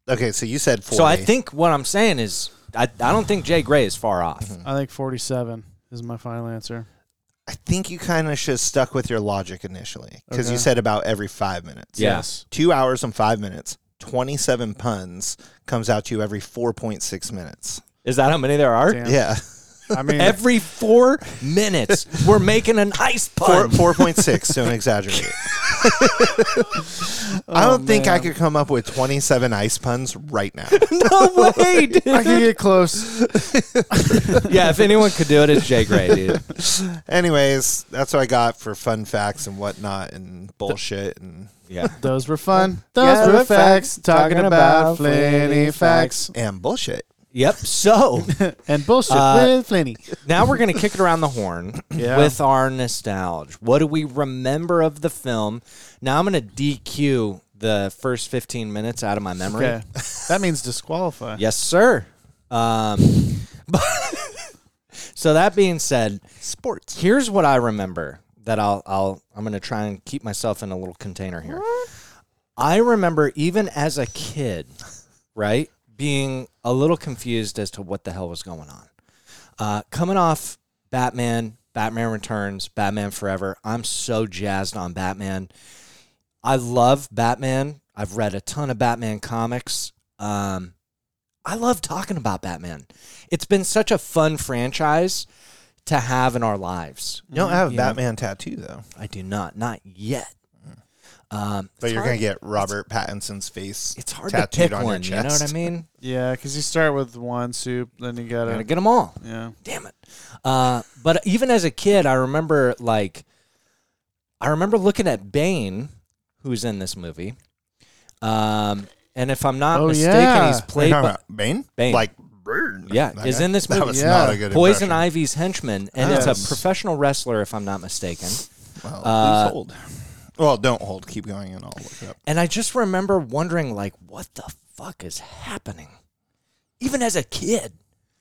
S2: okay, so you said forty.
S1: So I think what I'm saying is, I, I don't think Jay Gray is far off.
S3: I think 47 is my final answer.
S2: I think you kind of should have stuck with your logic initially because you
S3: Okay.
S2: said about every five minutes.
S1: Yeah.
S3: Yes.
S2: two hours and five minutes, twenty-seven puns comes out to you every four point six minutes.
S1: Is that how many there are?
S3: Damn.
S2: Yeah,
S3: I mean,
S1: Every four minutes, we're making an ice
S2: four
S1: pun.
S2: four point six. Don't exaggerate. I don't think I
S3: man.
S2: could come up with twenty-seven ice puns right now.
S1: no way, dude.
S3: I can get close.
S1: Yeah, if anyone could do it, it's Jay Gray, dude.
S2: Anyways, that's what I got for fun facts and whatnot and bullshit and
S1: Yeah.
S3: Those were fun. Those
S1: Yeah,
S3: were
S1: the
S3: facts.
S1: facts.
S3: Talking,
S1: Talking
S3: about
S1: about Flinny
S3: flinty facts.
S2: and bullshit.
S1: Yep. So
S3: and bullshit
S1: Uh,
S3: with flinty.
S1: now we're going to kick it around the horn
S3: Yeah.
S1: with our nostalgia. What do we remember of the film? Now I'm going to DQ the first 15 minutes out of my memory.
S3: Okay. that means disqualify.
S1: Yes, sir. Um, so that being said, sports. Here's what I remember that I'll I'll I'm gonna try and keep myself in a little container here. I remember even as a kid, right, being a little confused as to what the hell was going on. Uh, coming off Batman, Batman Returns, Batman Forever, I'm so jazzed on Batman. I love Batman. I've read a ton of Batman comics. Um, I love talking about Batman. It's been such a fun franchise to have in our lives.
S2: You don't have a
S1: Yeah.
S2: Batman tattoo though,
S1: I do not, not yet. Um,
S2: Mm. but
S1: it's
S2: you're
S1: hard-
S2: gonna get Robert Pattinson's face.
S1: It's hard to
S2: tattooed
S1: pick
S2: on your
S1: one. You know what I
S2: chest.
S1: mean?
S3: Yeah, because you start with one soup, then you got
S1: Gotta
S3: to.
S1: get them all.
S3: Yeah.
S1: Damn it. Uh, but even as a kid, I remember like, I remember looking at Bane, who's in this movie. Um, and if I'm not
S3: Oh,
S1: mistaken,
S3: yeah.
S1: he's
S2: You're
S1: played
S2: talking
S1: by,
S2: about Bane?
S1: Bane.
S2: Like Bane.
S1: Yeah,
S2: That
S1: is
S2: guy-
S1: in this
S2: That
S1: movie.
S2: was
S3: Yeah.
S2: not a good
S1: Poison
S2: impression.
S1: Ivy's henchman, and it's
S3: Yes.
S1: a professional wrestler, if I'm not mistaken.
S2: Well,
S1: Uh,
S2: please hold. Well, don't hold. Keep going, and I'll look it up.
S1: And I just remember wondering, like, what the fuck is happening? Even as a kid.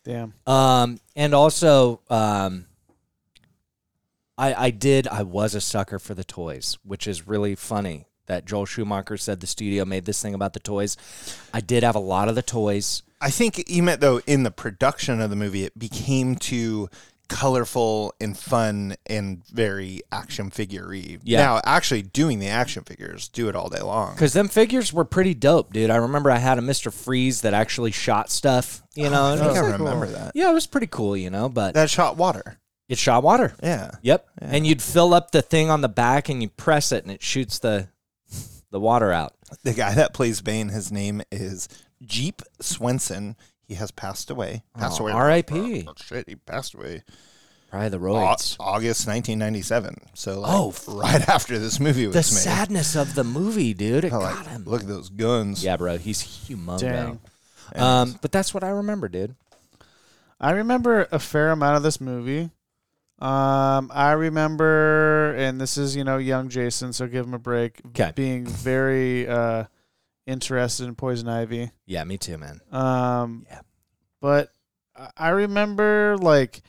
S3: Damn.
S1: Um, and also, um, I, I did, I was a sucker for the toys, which is really funny that Joel Schumacher said the studio made this thing about the toys. I did have a lot of the toys.
S2: I think you meant though in the production of the movie, it became too colorful and fun and very action figure
S1: Yeah.
S2: Now, actually doing the action figures, do it all day long.
S1: Because them figures were pretty dope, dude. I remember I had a Mr. Freeze that actually shot stuff, you know?
S2: I
S1: and it
S2: think
S1: was
S2: I
S1: like,
S2: remember that.
S1: yeah, it was pretty cool, you know, but
S2: Oh, That shot water.
S1: it shot water.
S2: Yeah.
S1: Yep. And you'd fill up the thing on the back and you press it and it shoots the the water out.
S2: The guy that plays Bane, his name is Jeep Swenson. He has passed away. Passed
S1: Oh,
S2: away.
S1: R.I.P..
S2: Oh, shit, he passed away.
S1: Probably the
S2: Au-
S1: roids.
S2: August 1997. So, like,
S1: Oh,
S2: oh,
S1: f-
S2: right after this movie was
S1: the
S2: made.
S1: sadness of the movie, dude. It
S2: I
S1: got
S2: like,
S1: him.
S2: Look at those guns.
S1: Yeah, bro. He's humongous.
S3: Dang.
S1: Um, but that's what I remember, dude.
S3: I remember a fair amount of this movie. Um, I remember, and this is you know young Jason, so give him a break.
S1: 'Kay.
S3: Being very uh, interested in poison ivy.
S1: Yeah, me too, man.
S3: Um,
S1: Yeah.
S3: But I- I remember like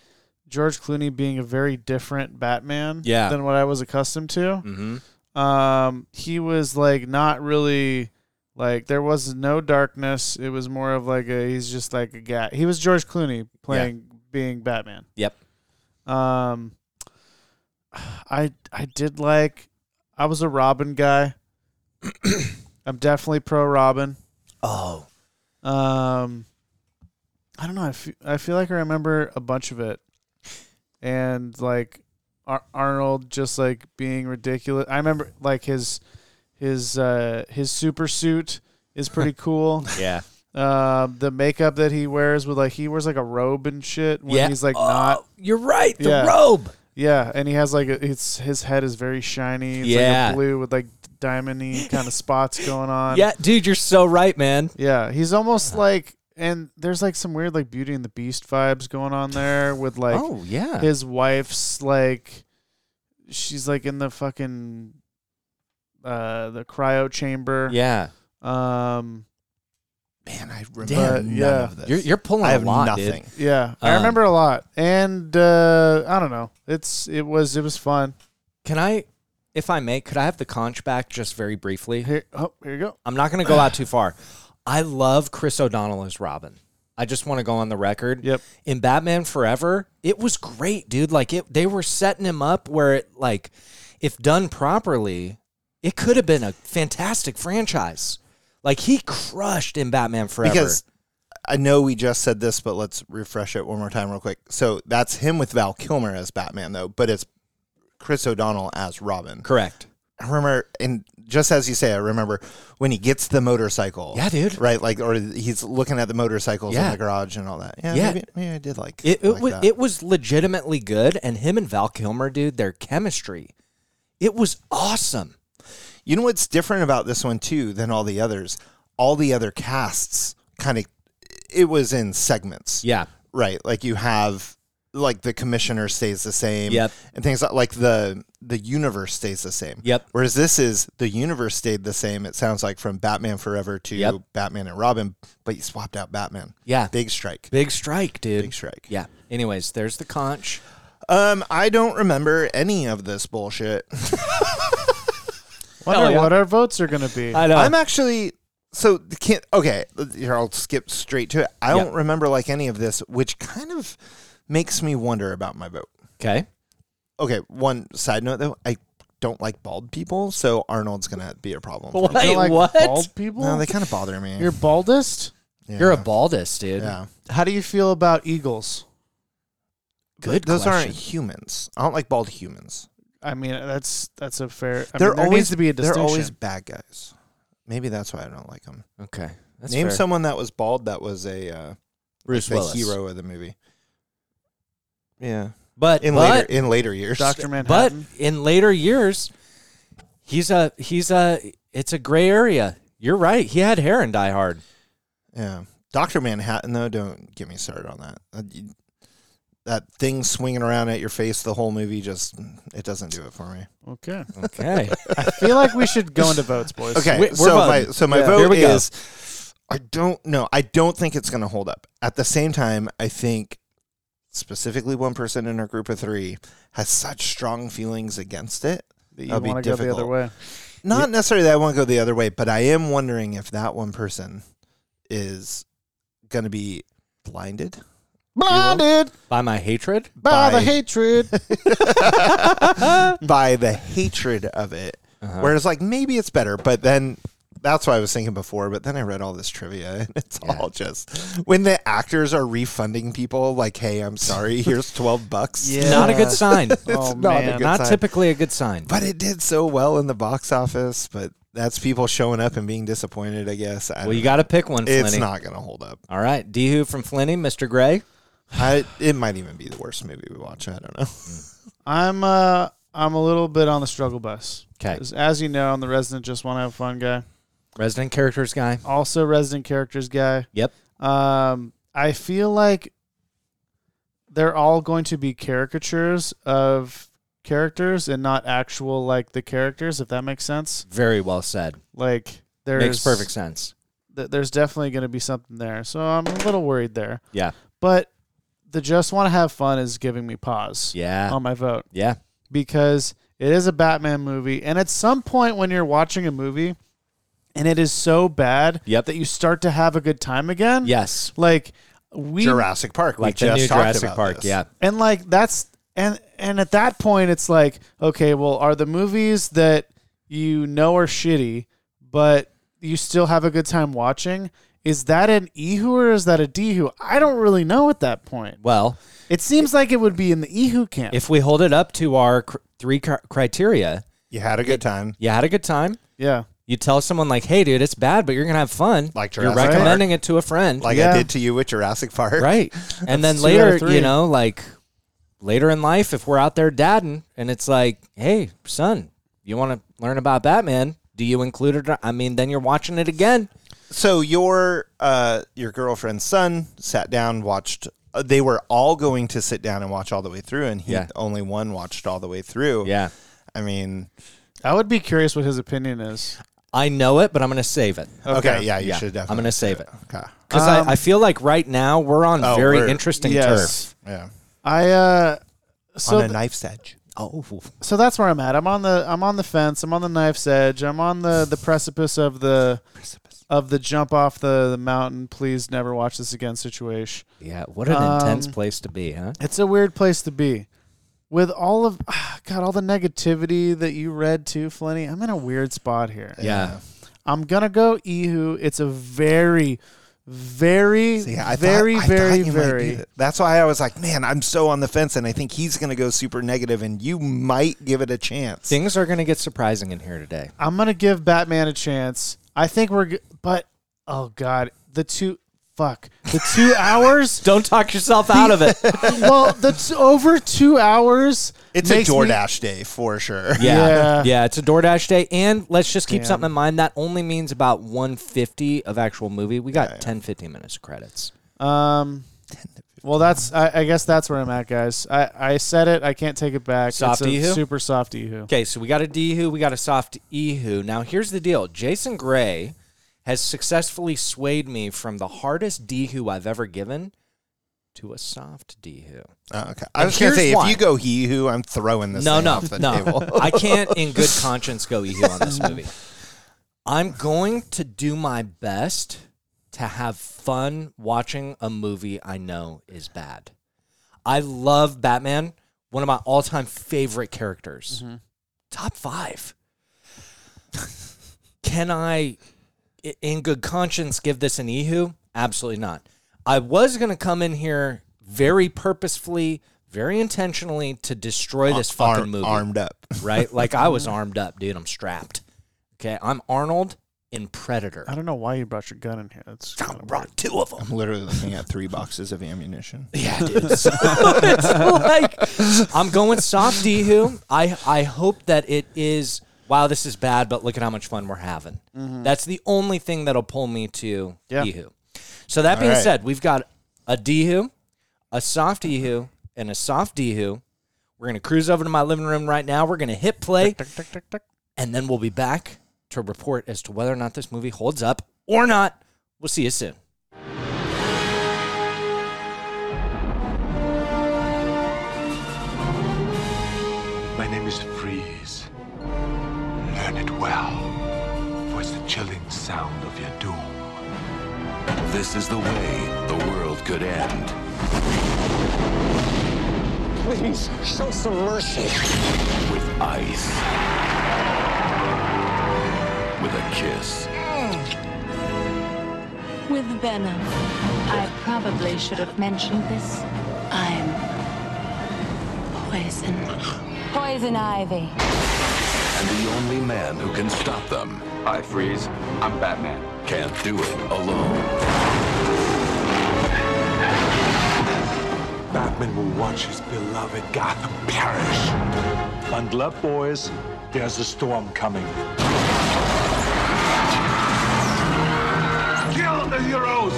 S3: George Clooney being a very different Batman
S1: Yeah.
S3: than what I was accustomed to.
S1: Mm-hmm.
S3: Um, he was like not really like there was no darkness. It was more of like a he's just like a guy. He was George Clooney playing being Batman.
S1: Yep.
S3: Um, I I did like I was a Robin guy. I'm definitely pro Robin.
S1: Oh,
S3: Um, I don't know. I fe- I feel like I remember a bunch of it, and like Ar- Arnold just like being ridiculous. I remember like his his uh, his super suit is pretty cool.
S1: Yeah.
S3: Uh, the makeup that he wears with like he wears like a robe and shit when
S1: yeah.
S3: he's like
S1: Oh,
S3: not
S1: You're right. The
S3: Yeah.
S1: robe.
S3: yeah, and he has like a, it's his head is very shiny. It's like
S1: Yeah.
S3: a blue with like diamondy kind of spots going on.
S1: Yeah, dude, you're so right, man.
S3: Yeah, he's almost like, and there's like some weird like Beauty and the Beast vibes going on there with like
S1: oh yeah.
S3: his wife's like, she's like in the fucking, uh, the cryo chamber.
S1: yeah.
S3: Um.
S2: Man, I remember
S1: Damn.
S2: none
S3: Yeah.
S2: of this.
S1: You're you're pulling
S2: I have
S1: a lot,
S2: nothing.
S1: dude.
S3: Yeah, I
S1: Um,
S3: remember a lot, and uh, I don't know. It's it was it was fun.
S1: Can I if I may, could I have the conch back just very briefly?
S3: Here, oh, here you go.
S1: I'm not going to go out too far. I love Chris O'Donnell as Robin. I just want to go on the record.
S3: Yep.
S1: In Batman Forever, it was great, dude. Like it, they were setting him up where it, like, if done properly, it could have been a fantastic franchise. Like he crushed in Batman Forever.
S2: Because I know we just said this, but let's refresh it one more time, real quick. So that's him with Val Kilmer as Batman, though, but it's Chris O'Donnell as Robin.
S1: correct.
S2: I remember, and just as you say, I remember when he gets the motorcycle.
S1: Yeah, dude.
S2: Right, like, or he's looking at the motorcycles in
S1: Yeah.
S2: the garage and all that. Yeah,
S1: Yeah.
S2: Maybe, maybe I did like
S1: It it,
S2: like
S1: was,
S2: that.
S1: it was legitimately good, and him and Val Kilmer, dude, their chemistry, it was awesome.
S2: You know what's different about this one too than all the others? All the other casts kind of it was in segments.
S1: Yeah,
S2: Right. Like you have like the commissioner stays the same.
S1: Yep.
S2: And things like, like the the universe stays the same.
S1: Yep.
S2: Whereas this is the universe stayed the same, it sounds like from Batman Forever to
S1: Yep.
S2: Batman and Robin, but you swapped out Batman.
S1: yeah. Big,
S2: Big strike.
S1: strike, dude.
S2: Big strike.
S1: Yeah. Anyways, there's the conch.
S2: Um, I don't remember any of this bullshit.
S1: Uh.
S3: Wonder
S1: Oh, yeah.
S3: what our votes are gonna be.
S1: know.
S2: I'm actually so the can't okay. Here, I'll skip straight to it. I
S1: Yeah.
S2: don't remember like any of this, which kind of makes me wonder about my vote.
S1: okay.
S2: Okay, one side note though, I don't like bald people, so Arnold's gonna be a problem. for me.
S3: You
S1: Wait,
S3: like
S1: what?
S3: Bald people?
S2: No, they kind of bother me.
S3: You're baldest.
S2: Yeah.
S1: You're a baldist, dude.
S2: yeah.
S3: How do you feel about eagles?
S1: Good.
S2: Those
S1: question.
S2: aren't humans. I don't like bald humans.
S3: I mean, that's that's a fair. I
S2: they're
S3: mean, there
S2: always
S3: needs to be a distinction.
S2: They're always bad guys. Maybe that's why I don't like them.
S1: okay. That's
S2: Name
S1: fair.
S2: someone that was bald that was a uh,
S1: Bruce
S2: the
S1: Willis.
S2: hero of the movie. Yeah,
S1: But
S2: in
S1: but,
S2: later in later years,
S3: Doctor
S1: but
S3: Manhattan.
S1: in later years, he's a he's a it's a gray area. You're right. He had hair in Die Hard.
S2: Yeah, Doctor Manhattan though. Don't get me started on that. That, you- that thing swinging around at your face the whole movie just it doesn't do it for me.
S3: okay,
S1: Okay.
S3: I feel like we should go into votes, boys.
S2: Okay,
S1: We- we're
S2: so my
S1: voting.
S2: so my
S1: Yeah. Here
S2: vote
S1: we go.
S2: is I don't know. I don't think it's going to hold up. At the same time, I think specifically one person in our group of three has such strong feelings against it.
S3: That you
S2: That'd be
S3: want to go the other
S2: difficult.
S3: way.
S2: Not necessarily that I won't go the other way, but I am wondering if that one person is going to be blinded.
S3: Blinded
S1: By my hatred.
S3: by the
S2: by-
S3: hatred.
S2: by the hatred of it.
S1: Uh-huh.
S2: Whereas, like, maybe it's better, but then that's what I was thinking before. But then I read all this trivia, and it's all just when the actors are refunding people, like, hey, I'm sorry, here's 12 bucks.
S3: Yeah.
S1: Not a good sign.
S2: not a
S3: oh man,
S2: good-
S1: Not
S2: sign.
S1: typically a good sign.
S2: But it did so well in the box office, but that's people showing up and being disappointed, I guess. I
S1: well, you
S2: don't
S1: got to pick one,
S2: know.
S1: Flinny.
S2: It's not going to hold up.
S1: All right, Dehu from Flinny, Mr. Gray.
S2: I, it might even be the worst movie we watch. I don't know.
S3: I'm uh I'm a little bit on the struggle bus.
S1: 'Kay.
S3: 'Cause As you know, I'm the resident just want to have fun guy.
S1: Resident characters guy.
S3: Also, resident characters guy.
S1: Yep.
S3: Um, I feel like they're all going to be caricatures of characters and not actual like the characters. If that makes sense,
S1: Very well said.
S3: like there's
S1: Makes perfect sense.
S3: th- there's definitely going to be something there. So I'm a little worried there.
S1: Yeah.
S3: But the just want to have fun is giving me pause
S1: Yeah.
S3: on my vote
S1: yeah.
S3: because it is a Batman movie. And at some point when you're watching a movie and it is so bad
S1: Yep.
S3: that you start to have a good time again.
S1: Yes.
S3: Like we
S2: Jurassic Park.
S1: Like
S2: we
S1: the
S2: just
S1: new
S2: talked
S1: Jurassic
S2: about
S1: Park.
S2: this.
S1: Yeah.
S3: and like that's and and at that point it's like, okay, well are the movies that you know are shitty, but you still have a good time watching. Is that an Ihu or is that a Dihu? I don't really know at that point.
S1: Well,
S3: It seems like it would be in the Ihu camp.
S1: if we hold it up to our cr- three cr- criteria,
S2: You had a good time.
S1: you had a good time.
S3: yeah.
S1: You tell someone like, "Hey, dude, it's bad, but you're gonna have fun."
S2: Like
S1: you're
S2: Jurassic
S1: recommending it to a friend,
S2: Like
S3: Yeah.
S2: I did to you with Jurassic Park.
S1: right? And then
S3: two out of
S1: later,
S3: three.
S1: you know, like later in life, if we're out there dadding, and it's like, "Hey, son, you want to learn about Batman? Do you include it?" or-" I mean, then you're watching it again.
S2: So your uh, your girlfriend's son sat down, watched. Uh, they were all going to sit down and watch all the way through, and he
S1: Yeah.
S2: only one watched all the way through.
S1: Yeah,
S2: I mean,
S3: I would be curious what his opinion is.
S1: I know it, but I'm gonna save it.
S2: okay,
S3: Okay.
S2: yeah, you
S1: Yeah,
S2: should
S1: I'm
S2: definitely.
S1: gonna save it
S2: Okay.
S1: because
S3: Um,
S1: I, I feel like right now we're on
S2: Oh,
S1: very
S2: we're-
S1: interesting turf.
S3: Yes.
S2: Yeah.
S3: I uh so
S2: On a
S3: th-
S2: knife's edge.
S1: Oh,
S3: so that's where I'm at. I'm on the I'm on the fence. I'm on the knife's edge. I'm on the the precipice of the of the jump off the, the mountain. Please never watch this again situation.
S1: yeah. What an intense
S3: Um,
S1: place to be, huh?
S3: It's a weird place to be. With all of ah, God, all the negativity that you read too, Flinny, I'm in a weird spot here.
S1: Yeah.
S3: I'm gonna go Ihu. It's a very, very,
S2: See, I thought-
S3: very,
S2: I thought
S3: very,
S2: you might do
S3: very.
S2: that. That's why I was like, man, I'm so on the fence, and I think he's going to go super negative, and you might give it a chance.
S1: Things are going to get surprising in here today.
S3: I'm gonna give Batman a chance. I think we're, g- but oh god, the two, fuck, the two hours.
S1: Don't talk yourself out of it.
S3: well, that's over two hours.
S2: it's a
S3: makes me-
S2: DoorDash day for sure.
S1: Yeah.
S3: Yeah.
S1: yeah. It's a DoorDash day. And let's just keep
S3: Damn.
S1: something in mind. That only means about 150 of actual movie. We got 10, 15 minutes of credits.
S3: um. Well, that's I, I guess that's where I'm at, guys. I, I said it. I can't take it back.
S1: Soft
S3: it's a
S1: Ihu?
S3: super soft Ihu.
S1: Okay. So we got a D who, we got a soft E who. Now, here's the deal Jason Gray has successfully swayed me from the hardest D who I've ever given to a soft D who.
S2: Oh, okay. I
S1: And
S2: was going
S1: here's
S2: to say,
S1: why.
S2: if you go he who, I'm throwing this
S1: no,
S2: thing
S1: no,
S2: off the
S1: no.
S2: table.
S1: I can't, in good conscience, go Ehu on this movie. I'm going to do my best to have fun watching a movie I know is bad. I love Batman, one of my all time favorite characters. Top five. Can I, i- in good conscience, give this an Ehu? Absolutely not. I was going to come in here very purposefully, very intentionally to destroy this fucking
S2: Arm-
S1: movie
S2: Armed up.
S1: right? Like I was armed up, dude. I'm strapped. Okay, I'm Arnold in Predator.
S3: I don't know why you brought your gun in here. That's
S1: I brought two of them.
S2: I'm literally looking at three boxes of ammunition.
S1: Yeah, dude. So it's like I'm going soft, Dehu. I I hope that it is. Wow, this is bad, but look at how much fun we're having. That's the only thing that'll pull me to
S3: Yeah.
S1: Dehu. So that being
S2: right.
S1: said, we've got a Dehu, a soft Dehu, and a soft Dehu. We're gonna cruise over to my living room right now. We're gonna hit play.
S3: Tick, tick, tick, tick.
S1: and then we'll be back to report as to whether or not this movie holds up or not. We'll see you soon.
S4: My name is Freeze. Learn it well, for it's the chilling sound of your doom.
S5: This is the way the world could end.
S6: Please, show some mercy.
S5: With ice. With a kiss.
S7: With Venom. I probably should have mentioned this. I'm poison. Poison ivy.
S5: And the only man who can stop them
S8: I freeze. I'm Batman.
S5: can't do it alone.
S4: Batman will watch his beloved Gotham perish. Bundle up, boys. There's a storm coming. Kill the heroes!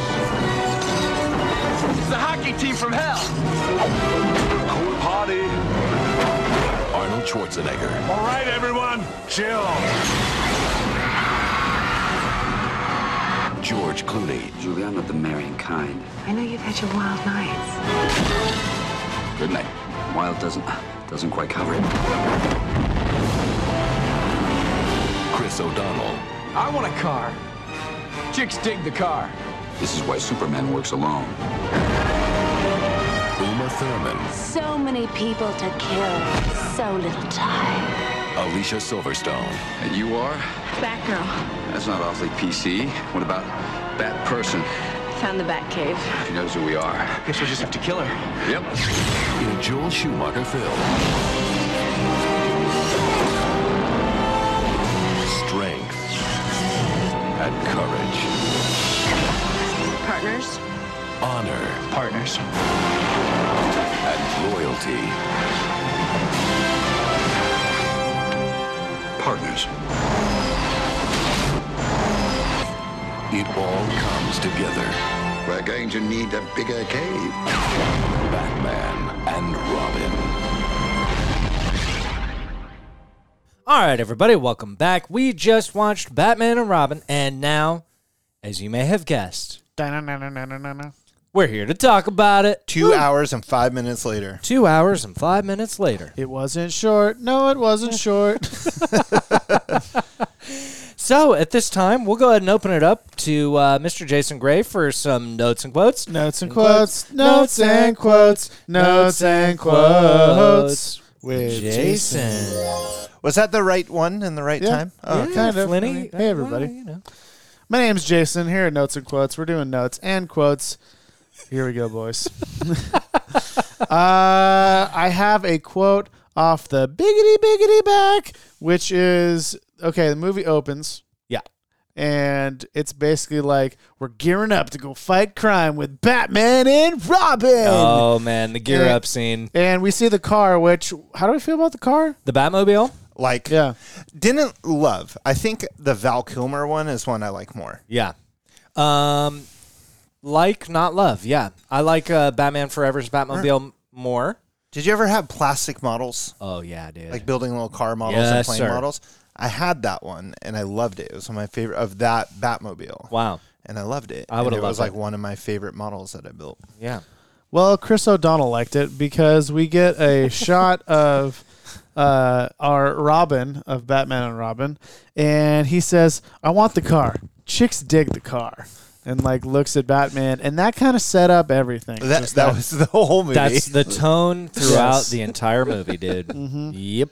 S4: It's the hockey team from hell! Cool party!
S5: Arnold Schwarzenegger.
S4: All right, everyone, chill.
S5: George Clooney.
S8: Julie, I'm not the marrying kind.
S7: I know you've had your wild nights.
S8: Good night. Wild doesn't uh, doesn't quite cover it.
S5: Chris O'Donnell.
S8: I want a car. Chicks dig the car. This is why Superman works alone.
S5: Uma Thurman.
S7: So many people to kill. So little time.
S5: Alicia Silverstone.
S8: And you are?
S9: Batgirl.
S8: That's not awfully PC. What about that person?
S9: Found the Batcave.
S8: She knows who we are.
S4: Guess we'll just have to kill her.
S8: Yep.
S5: In a Joel Schumacher film. Strength and courage,
S9: Partners.
S5: honor
S4: Partners.
S5: and loyalty.
S4: Partners.
S5: It all comes together.
S4: We're going to need a bigger cave.
S5: Batman and Robin.
S1: All right, everybody, welcome back. We just watched Batman and Robin, and now, as you may have guessed, we're here to talk about it.
S2: Two hours and five minutes later.
S1: Two hours and five minutes later.
S3: It wasn't short. No, it wasn't short.
S1: So, at this time, we'll go ahead and open it up to uh, Mr. Jason Gray for some notes and quotes.
S3: Notes and quotes, notes and quotes, notes and quotes. With
S1: Jason.
S2: Was that the right one and the right
S3: Yeah.
S2: time? Oh,
S3: Yeah. kind of.
S1: Hmm, Flinny.
S3: I mean, hey,
S1: Well,
S3: everybody.
S1: you know.
S3: My name's Jason. Here at Notes and Quotes, we're doing notes and quotes. Here we go, boys. uh, I have a quote off the biggity biggity back, which is okay. The movie opens.
S1: Yeah.
S3: And it's basically like we're gearing up to go fight crime with Batman and Robin.
S1: Oh, man, the gear
S3: Yeah.
S1: up scene.
S3: And we see the car, which how do we feel about the car?
S1: The Batmobile?
S2: Like,
S3: Yeah.
S2: didn't love. I think the Val Kilmer one is one I like more.
S1: Yeah. Um, like, not love. Yeah. I like uh, Batman Forever's Batmobile m- more.
S2: Did you ever have plastic models?
S1: Oh, yeah, dude.
S2: Like building little car models and
S1: Yes,
S2: plane
S1: sir.
S2: models? I had that one and I loved it. It was one of my favorite of that Batmobile.
S1: wow.
S2: And I loved it.
S1: I would've
S2: And It was
S1: loved
S2: like
S1: it.
S2: one of my favorite models that I built.
S1: Yeah.
S3: Well, Chris O'Donnell liked it because we get a shot of uh, our Robin of Batman and Robin, and he says, "I want the car." Chicks dig the car, and like looks at Batman, and that kind of set up everything.
S2: That, that,
S3: Just
S2: was the whole movie.
S1: That's the tone throughout
S3: Yes.
S1: the entire movie, dude. Yep.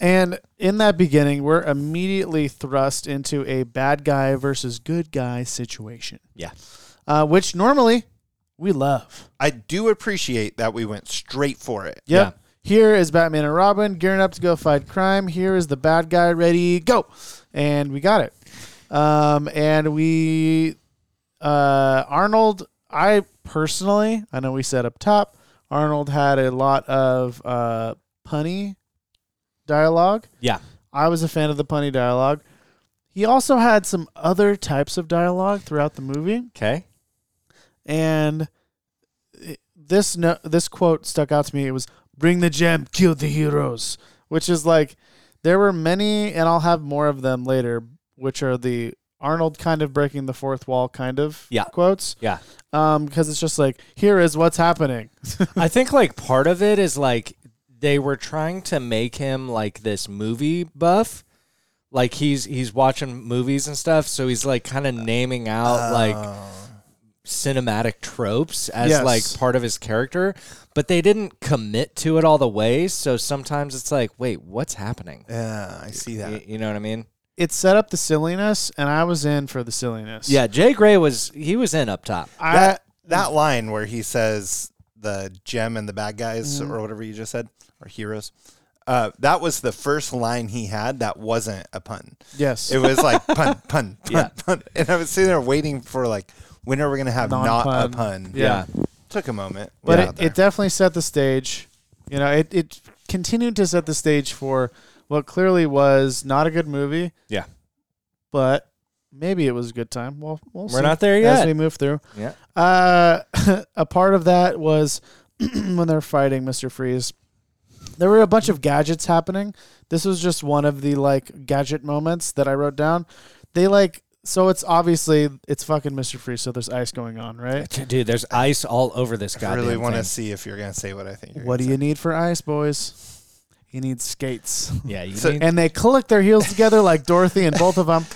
S3: And in that beginning, we're immediately thrust into a bad guy versus good guy situation,
S1: Yeah.
S3: uh, which normally we love.
S2: I do appreciate that we went straight for it.
S3: Yep. Here is Batman and Robin gearing up to go fight crime. Here is the bad guy ready, go. And we got it. Um, and we, uh, Arnold, I personally, I know we said up top, Arnold had a lot of uh, punny dialogue.
S1: Yeah.
S3: I was a fan of the punny dialogue. He also had some other types of dialogue throughout the movie
S1: Okay.
S3: and it- this no, this quote stuck out to me. It was "Bring the gem, kill the heroes," which is like there were many, and I'll have more of them later, which are the Arnold kind of breaking the fourth wall kind of
S1: Yeah.
S3: quotes,
S1: Yeah.
S3: um, because it's just like here is what's happening.
S1: I think like part of it is like they were trying to make him like this movie buff. Like he's he's watching movies and stuff, so he's like kind of naming out like cinematic tropes as
S3: Yes.
S1: like part of his character, but they didn't commit to it all the way, so sometimes it's like, wait, what's happening?
S2: Yeah, I see that.
S1: Y- you know what I mean?
S3: It set up the silliness, and I was in for the silliness.
S1: Yeah, Jay Gray was he was in up top.
S3: I,
S2: that that line where he says the gem and the bad guys or whatever you just said or heroes uh, that was the first line he had that wasn't a pun
S3: yes,
S2: it was like pun pun pun
S1: Yeah.
S2: pun and i was sitting there waiting for like when are we gonna have not a
S3: Non-pun.
S2: pun
S3: Yeah.
S2: took a moment
S3: but
S2: Yeah.
S3: it, it definitely set the stage. You know, it, it continued to set the stage for what clearly was not a good movie,
S1: Yeah.
S3: but maybe it was a good time. Well, we'll
S1: We're
S3: see
S1: not there
S3: as
S1: yet.
S3: we move through.
S1: Yeah.
S3: Uh, a part of that was when they're fighting Mister Freeze. There were a bunch of gadgets happening. This was just one of the like gadget moments that I wrote down. They like so it's obviously it's fucking Mister Freeze, so there's ice going on, right?
S1: Dude, there's ice all over this
S2: i
S1: goddamn
S2: really want to
S1: thing.
S2: see if you're gonna say what i think you're
S3: What do
S2: gonna
S3: you need for ice, boys? You need skates.
S1: Yeah, you
S2: So-
S1: need-
S3: and they click their heels together like Dorothy and both of them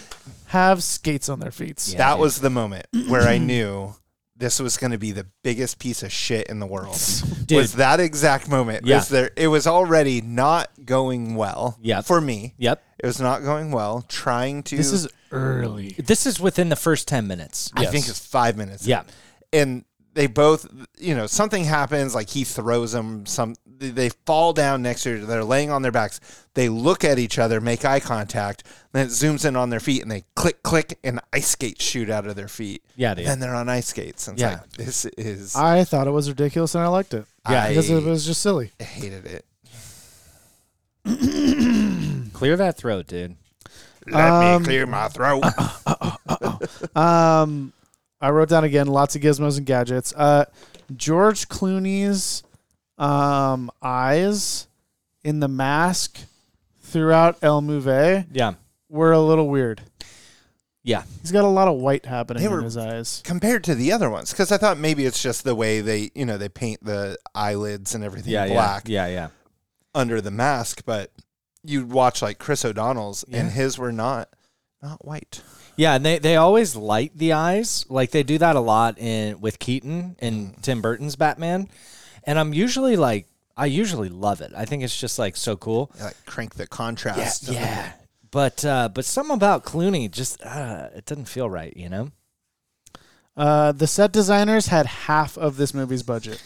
S3: have skates on their feet.
S2: say.
S1: Yeah,
S2: that
S1: dude.
S2: was the moment where i knew this was going to be the biggest piece of shit in the world.
S1: Dude.
S2: Was that exact moment?
S1: Yeah.
S2: Was there? It was already not going well.
S1: Yeah.
S2: For me.
S1: Yep.
S2: It was not going well. Trying to.
S3: This is early.
S1: This is within the first 10 minutes.
S2: I think it's five minutes. in.
S1: Yeah.
S2: And they both, you know, something happens. Like he throws them. Some they- they fall down next to. each- They're laying on their backs. They look at each other, make eye contact. Then it zooms in on their feet, and they click, click, and ice skates shoot out of their feet.
S1: Yeah, dude.
S2: And they're on ice skates. And it's
S1: Yeah. Uh,
S2: like, this is. I,
S3: I thought it was ridiculous and I liked it.
S2: Yeah.
S3: because it was just silly.
S2: hated it.
S1: Clear that throat, dude.
S2: Let
S3: Um,
S2: me clear my
S1: uh,
S2: throat.
S3: Um, I wrote down again lots of gizmos and gadgets. Uh, George Clooney's um, eyes in the mask throughout El Mouve
S1: Yeah.
S3: were a little weird.
S1: Yeah.
S3: He's got a lot of white happening
S2: They
S3: in
S2: were-
S3: his eyes.
S2: compared to the other ones because I thought maybe it's just the way they you know they paint the eyelids and everything
S1: Yeah.
S2: black
S1: Yeah. Yeah.
S2: under the mask, but you'd watch like Chris O'Donnell's and
S1: Yeah.
S2: his were not not white.
S1: Yeah, and they, they always light the eyes. Like they do that a lot in with Keaton and Tim Burton's Batman. And I'm usually like I usually love it. I think it's just like so cool.
S2: They, like crank the contrast.
S1: Yeah. But uh but something about Clooney just uh, it doesn't feel right, you know?
S3: Uh, the set designers had half of this movie's budget.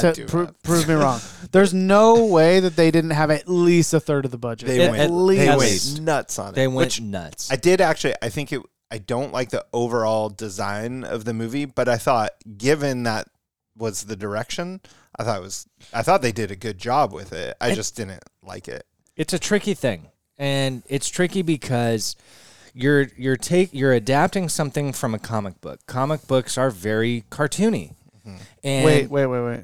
S3: To
S2: do
S3: pro-
S2: have-
S3: prove me wrong. There's no way that they didn't have at least a third of the budget.
S2: They
S1: At-
S2: went
S1: at
S2: they went
S1: least.
S2: nuts on it.
S1: They went
S2: which
S1: nuts.
S2: I did actually. I think it. I don't like the overall design of the movie, but I thought given that was the direction, I thought it was. I thought they did a good job with it. I just didn't like it.
S1: it's a tricky thing and it's tricky because you're you're take you're adapting something from a comic book comic books are very cartoony and
S3: wait, wait, wait, wait.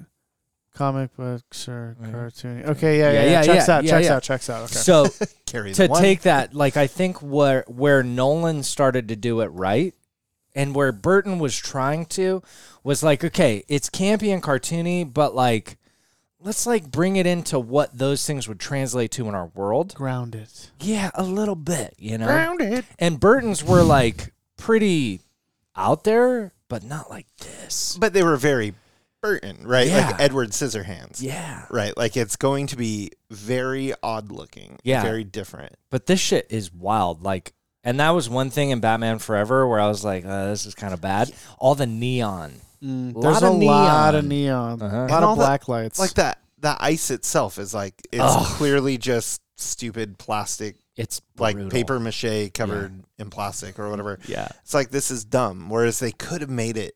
S3: Comic books or cartoon? Okay, yeah, yeah,
S1: Yeah,
S3: yeah.
S1: yeah,
S3: checks
S1: yeah,
S3: out,
S1: yeah,
S3: checks
S1: yeah.
S3: out, checks out. Okay.
S1: so
S2: Carry the
S1: to
S2: one.
S1: take that like i think where where nolan started to do it right and where burton was trying to was like okay it's campy and cartoony but like let's like bring it into what those things would translate to in our world
S3: ground it.
S1: Yeah, a little bit, you know. And Burton's were like pretty out there, but not like this.
S2: but they were very Burton, right?
S1: Yeah.
S2: Like Edward Scissorhands.
S1: Yeah.
S2: Right. Like it's going to be very odd looking.
S1: Yeah.
S2: Very different.
S1: But this shit is wild. Like and that was one thing in Batman Forever where I was like, uh, this is kind of bad. All the neon. lot
S3: There's a
S1: of
S3: lot of
S1: neon.
S3: neon, a lot
S2: And all
S3: of
S2: that-
S3: black lights.
S2: Like that the ice itself is like it's clearly just stupid plastic
S1: It's
S2: like
S1: brutal.
S2: paper mache covered in plastic or whatever.
S1: Yeah.
S2: It's like this is dumb. Whereas they could have made it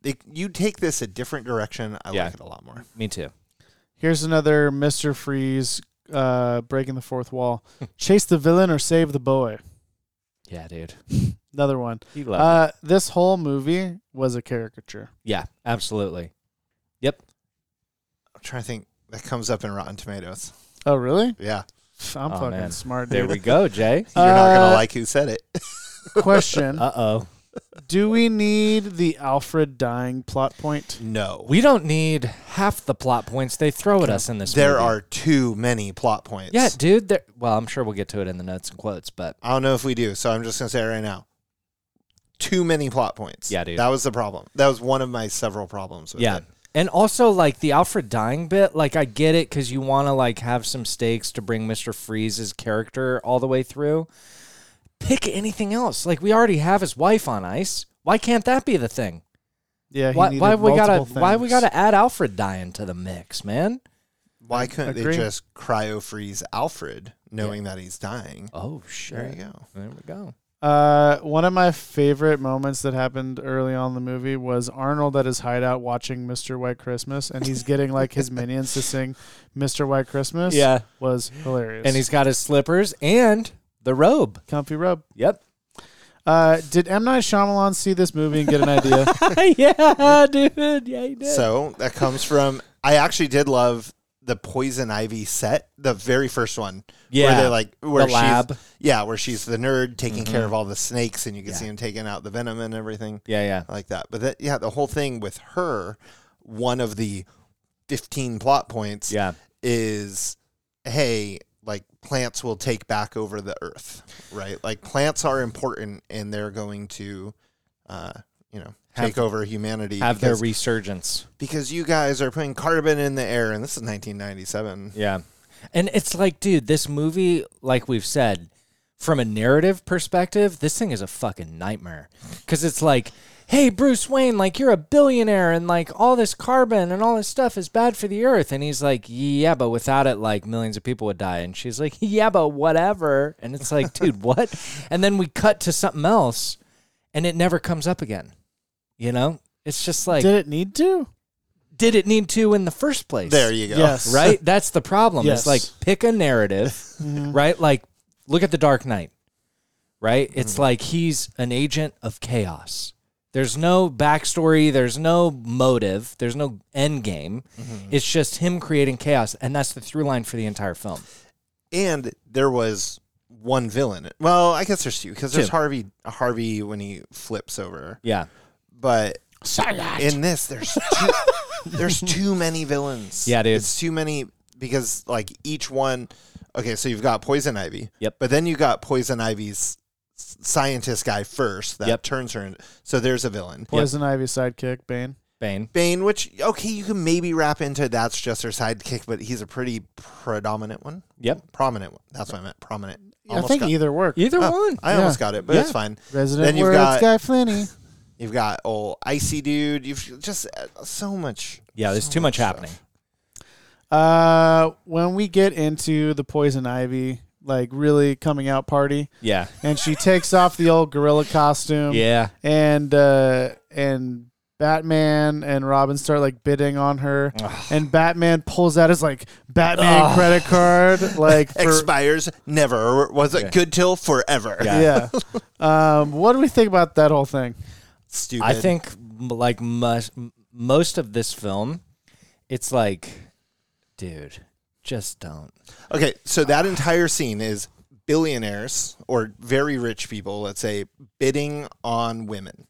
S2: they, you take this a different direction. I
S1: Yeah.
S2: like it a lot more.
S1: Me too.
S3: Here's another Mister Freeze uh, breaking the fourth wall. Chase the villain or save the boy.
S1: Yeah, dude.
S3: Another one.
S1: He loved it.
S3: Uh, this whole movie was a caricature.
S1: Yeah, absolutely. Yep.
S2: I'm trying to think. That comes up in Rotten Tomatoes.
S3: Oh, really?
S2: Yeah.
S3: Pff, I'm
S1: Oh,
S3: fucking
S1: man.
S3: smart,
S1: There
S3: dude.
S1: we go, Jay.
S2: You're not
S3: Uh,
S2: gonna like who said it.
S3: Question:
S1: Uh-oh.
S3: Do we need the Alfred dying plot point?
S2: No.
S1: We don't need half the plot points they throw at us in this
S2: There
S1: movie.
S2: are too many plot points.
S1: Yeah, dude. There, well, I'm sure we'll get to it in the notes and quotes, but
S2: I don't know if we do, so I'm just gonna say it right now. Too many plot points.
S1: Yeah, dude.
S2: That was the problem. That was one of my several problems with
S1: yeah.
S2: it.
S1: And also, like the Alfred dying bit, like I get it because you want to like have some stakes to bring Mister Freeze's character all the way through. Pick anything else. Like we already have his wife on ice. Why can't that be the thing?
S3: Yeah. He
S1: Why,
S3: needed
S1: why we gotta
S3: multiple
S1: why we
S3: things.
S1: gotta add Alfred dying to the mix, man?
S2: Why couldn't
S3: Agree.
S2: they just cryo freeze Alfred knowing that he's dying?
S1: Oh sure.
S2: There you go.
S1: There we go.
S3: Uh, one of my favorite moments that happened early on in the movie was Arnold at his hideout watching Mr. White Christmas, and he's getting like his minions to sing Mr. White Christmas.
S1: Yeah.
S3: was hilarious.
S1: And he's got his slippers and the robe.
S3: comfy rub.
S1: Yep.
S3: Uh, did M Night Shyamalan see this movie and get an idea?
S1: yeah, dude. Yeah, he did.
S2: So that comes from I actually did love the poison ivy set, the very first one.
S1: Yeah.
S2: Where they like where
S1: The
S2: she's
S1: lab. Mm-hmm.
S2: Yeah, where she's the nerd taking care of all the snakes and you can see him taking out the venom and everything.
S1: yeah, yeah.
S2: I like that. But that, yeah, the whole thing with her, one of the 15 plot points
S1: Yeah.
S2: is hey, like plants will take back over the earth, right? Like plants are important and they're going to, uh, you know, take over humanity.
S1: have their
S2: because-
S1: resurgence.
S2: because you guys are putting carbon in the air, and this is 1997.
S1: Yeah. And it's like, dude, this movie, like we've said, from a narrative perspective, this thing is a fucking nightmare. Because it's like, hey, Bruce Wayne, like you're a billionaire and like all this carbon and all this stuff is bad for the earth. And he's like, yeah, but without it, like millions of people would die. And she's like, yeah, but whatever. And it's like, dude, what? And then we cut to something else and it never comes up again. You know? It's just like,
S3: Did
S1: did it,
S3: it need to?
S1: need to in the first place?
S2: There you go.
S3: Yes.
S1: right? That's the problem.
S3: Yes.
S1: It's like pick a narrative, right? Like look at the Dark Knight, right? It's like he's an agent of chaos. There's no backstory. There's no motive. There's no end game. It's just him creating chaos, and that's the through line for the entire film.
S2: And there was one villain. Well, I guess there's two because there's
S1: Two.
S2: Harvey Harvey when he flips over,
S1: Yeah,
S2: but in this there's too, there's too many villains.
S1: Yeah, dude.
S2: It's too many because like each one. Okay, so you've got Poison Ivy.
S1: Yep.
S2: But then you got Poison Ivy's s- scientist guy first that
S1: Yep.
S2: turns her. In, so there's a villain.
S3: Poison Ivy sidekick, Bane.
S1: Bane.
S2: Bane, which okay, you can maybe wrap into that's just her sidekick, but he's a pretty predominant one.
S1: Yep.
S2: Prominent one. That's what I meant. Prominent.
S3: I think
S2: got-
S3: either work.
S1: Either
S2: Oh,
S1: one.
S2: I
S3: Yeah.
S2: almost got it, but it's
S1: Yeah.
S2: fine.
S3: Resident
S2: then you've got
S3: World Sky Flinny.
S2: you've got old icy dude. You've just uh, so much.
S1: yeah, there's
S2: so
S1: too much
S2: stuff.
S1: happening.
S3: Uh, when we get into the Poison Ivy, like really coming out party,
S1: Yeah,
S3: and she takes off the old gorilla costume.
S1: yeah,
S3: and uh, and Batman and Robin start like bidding on her, and Batman pulls out his like Batman credit card, like for,
S2: Expires never. Was it good till forever?
S1: yeah.
S3: yeah. um, what do we think about that whole thing?
S2: Stupid.
S1: I think m- like most most of this film, it's like, dude, just don't.
S2: Okay, so that entire scene is billionaires or very rich people, let's say, bidding on women.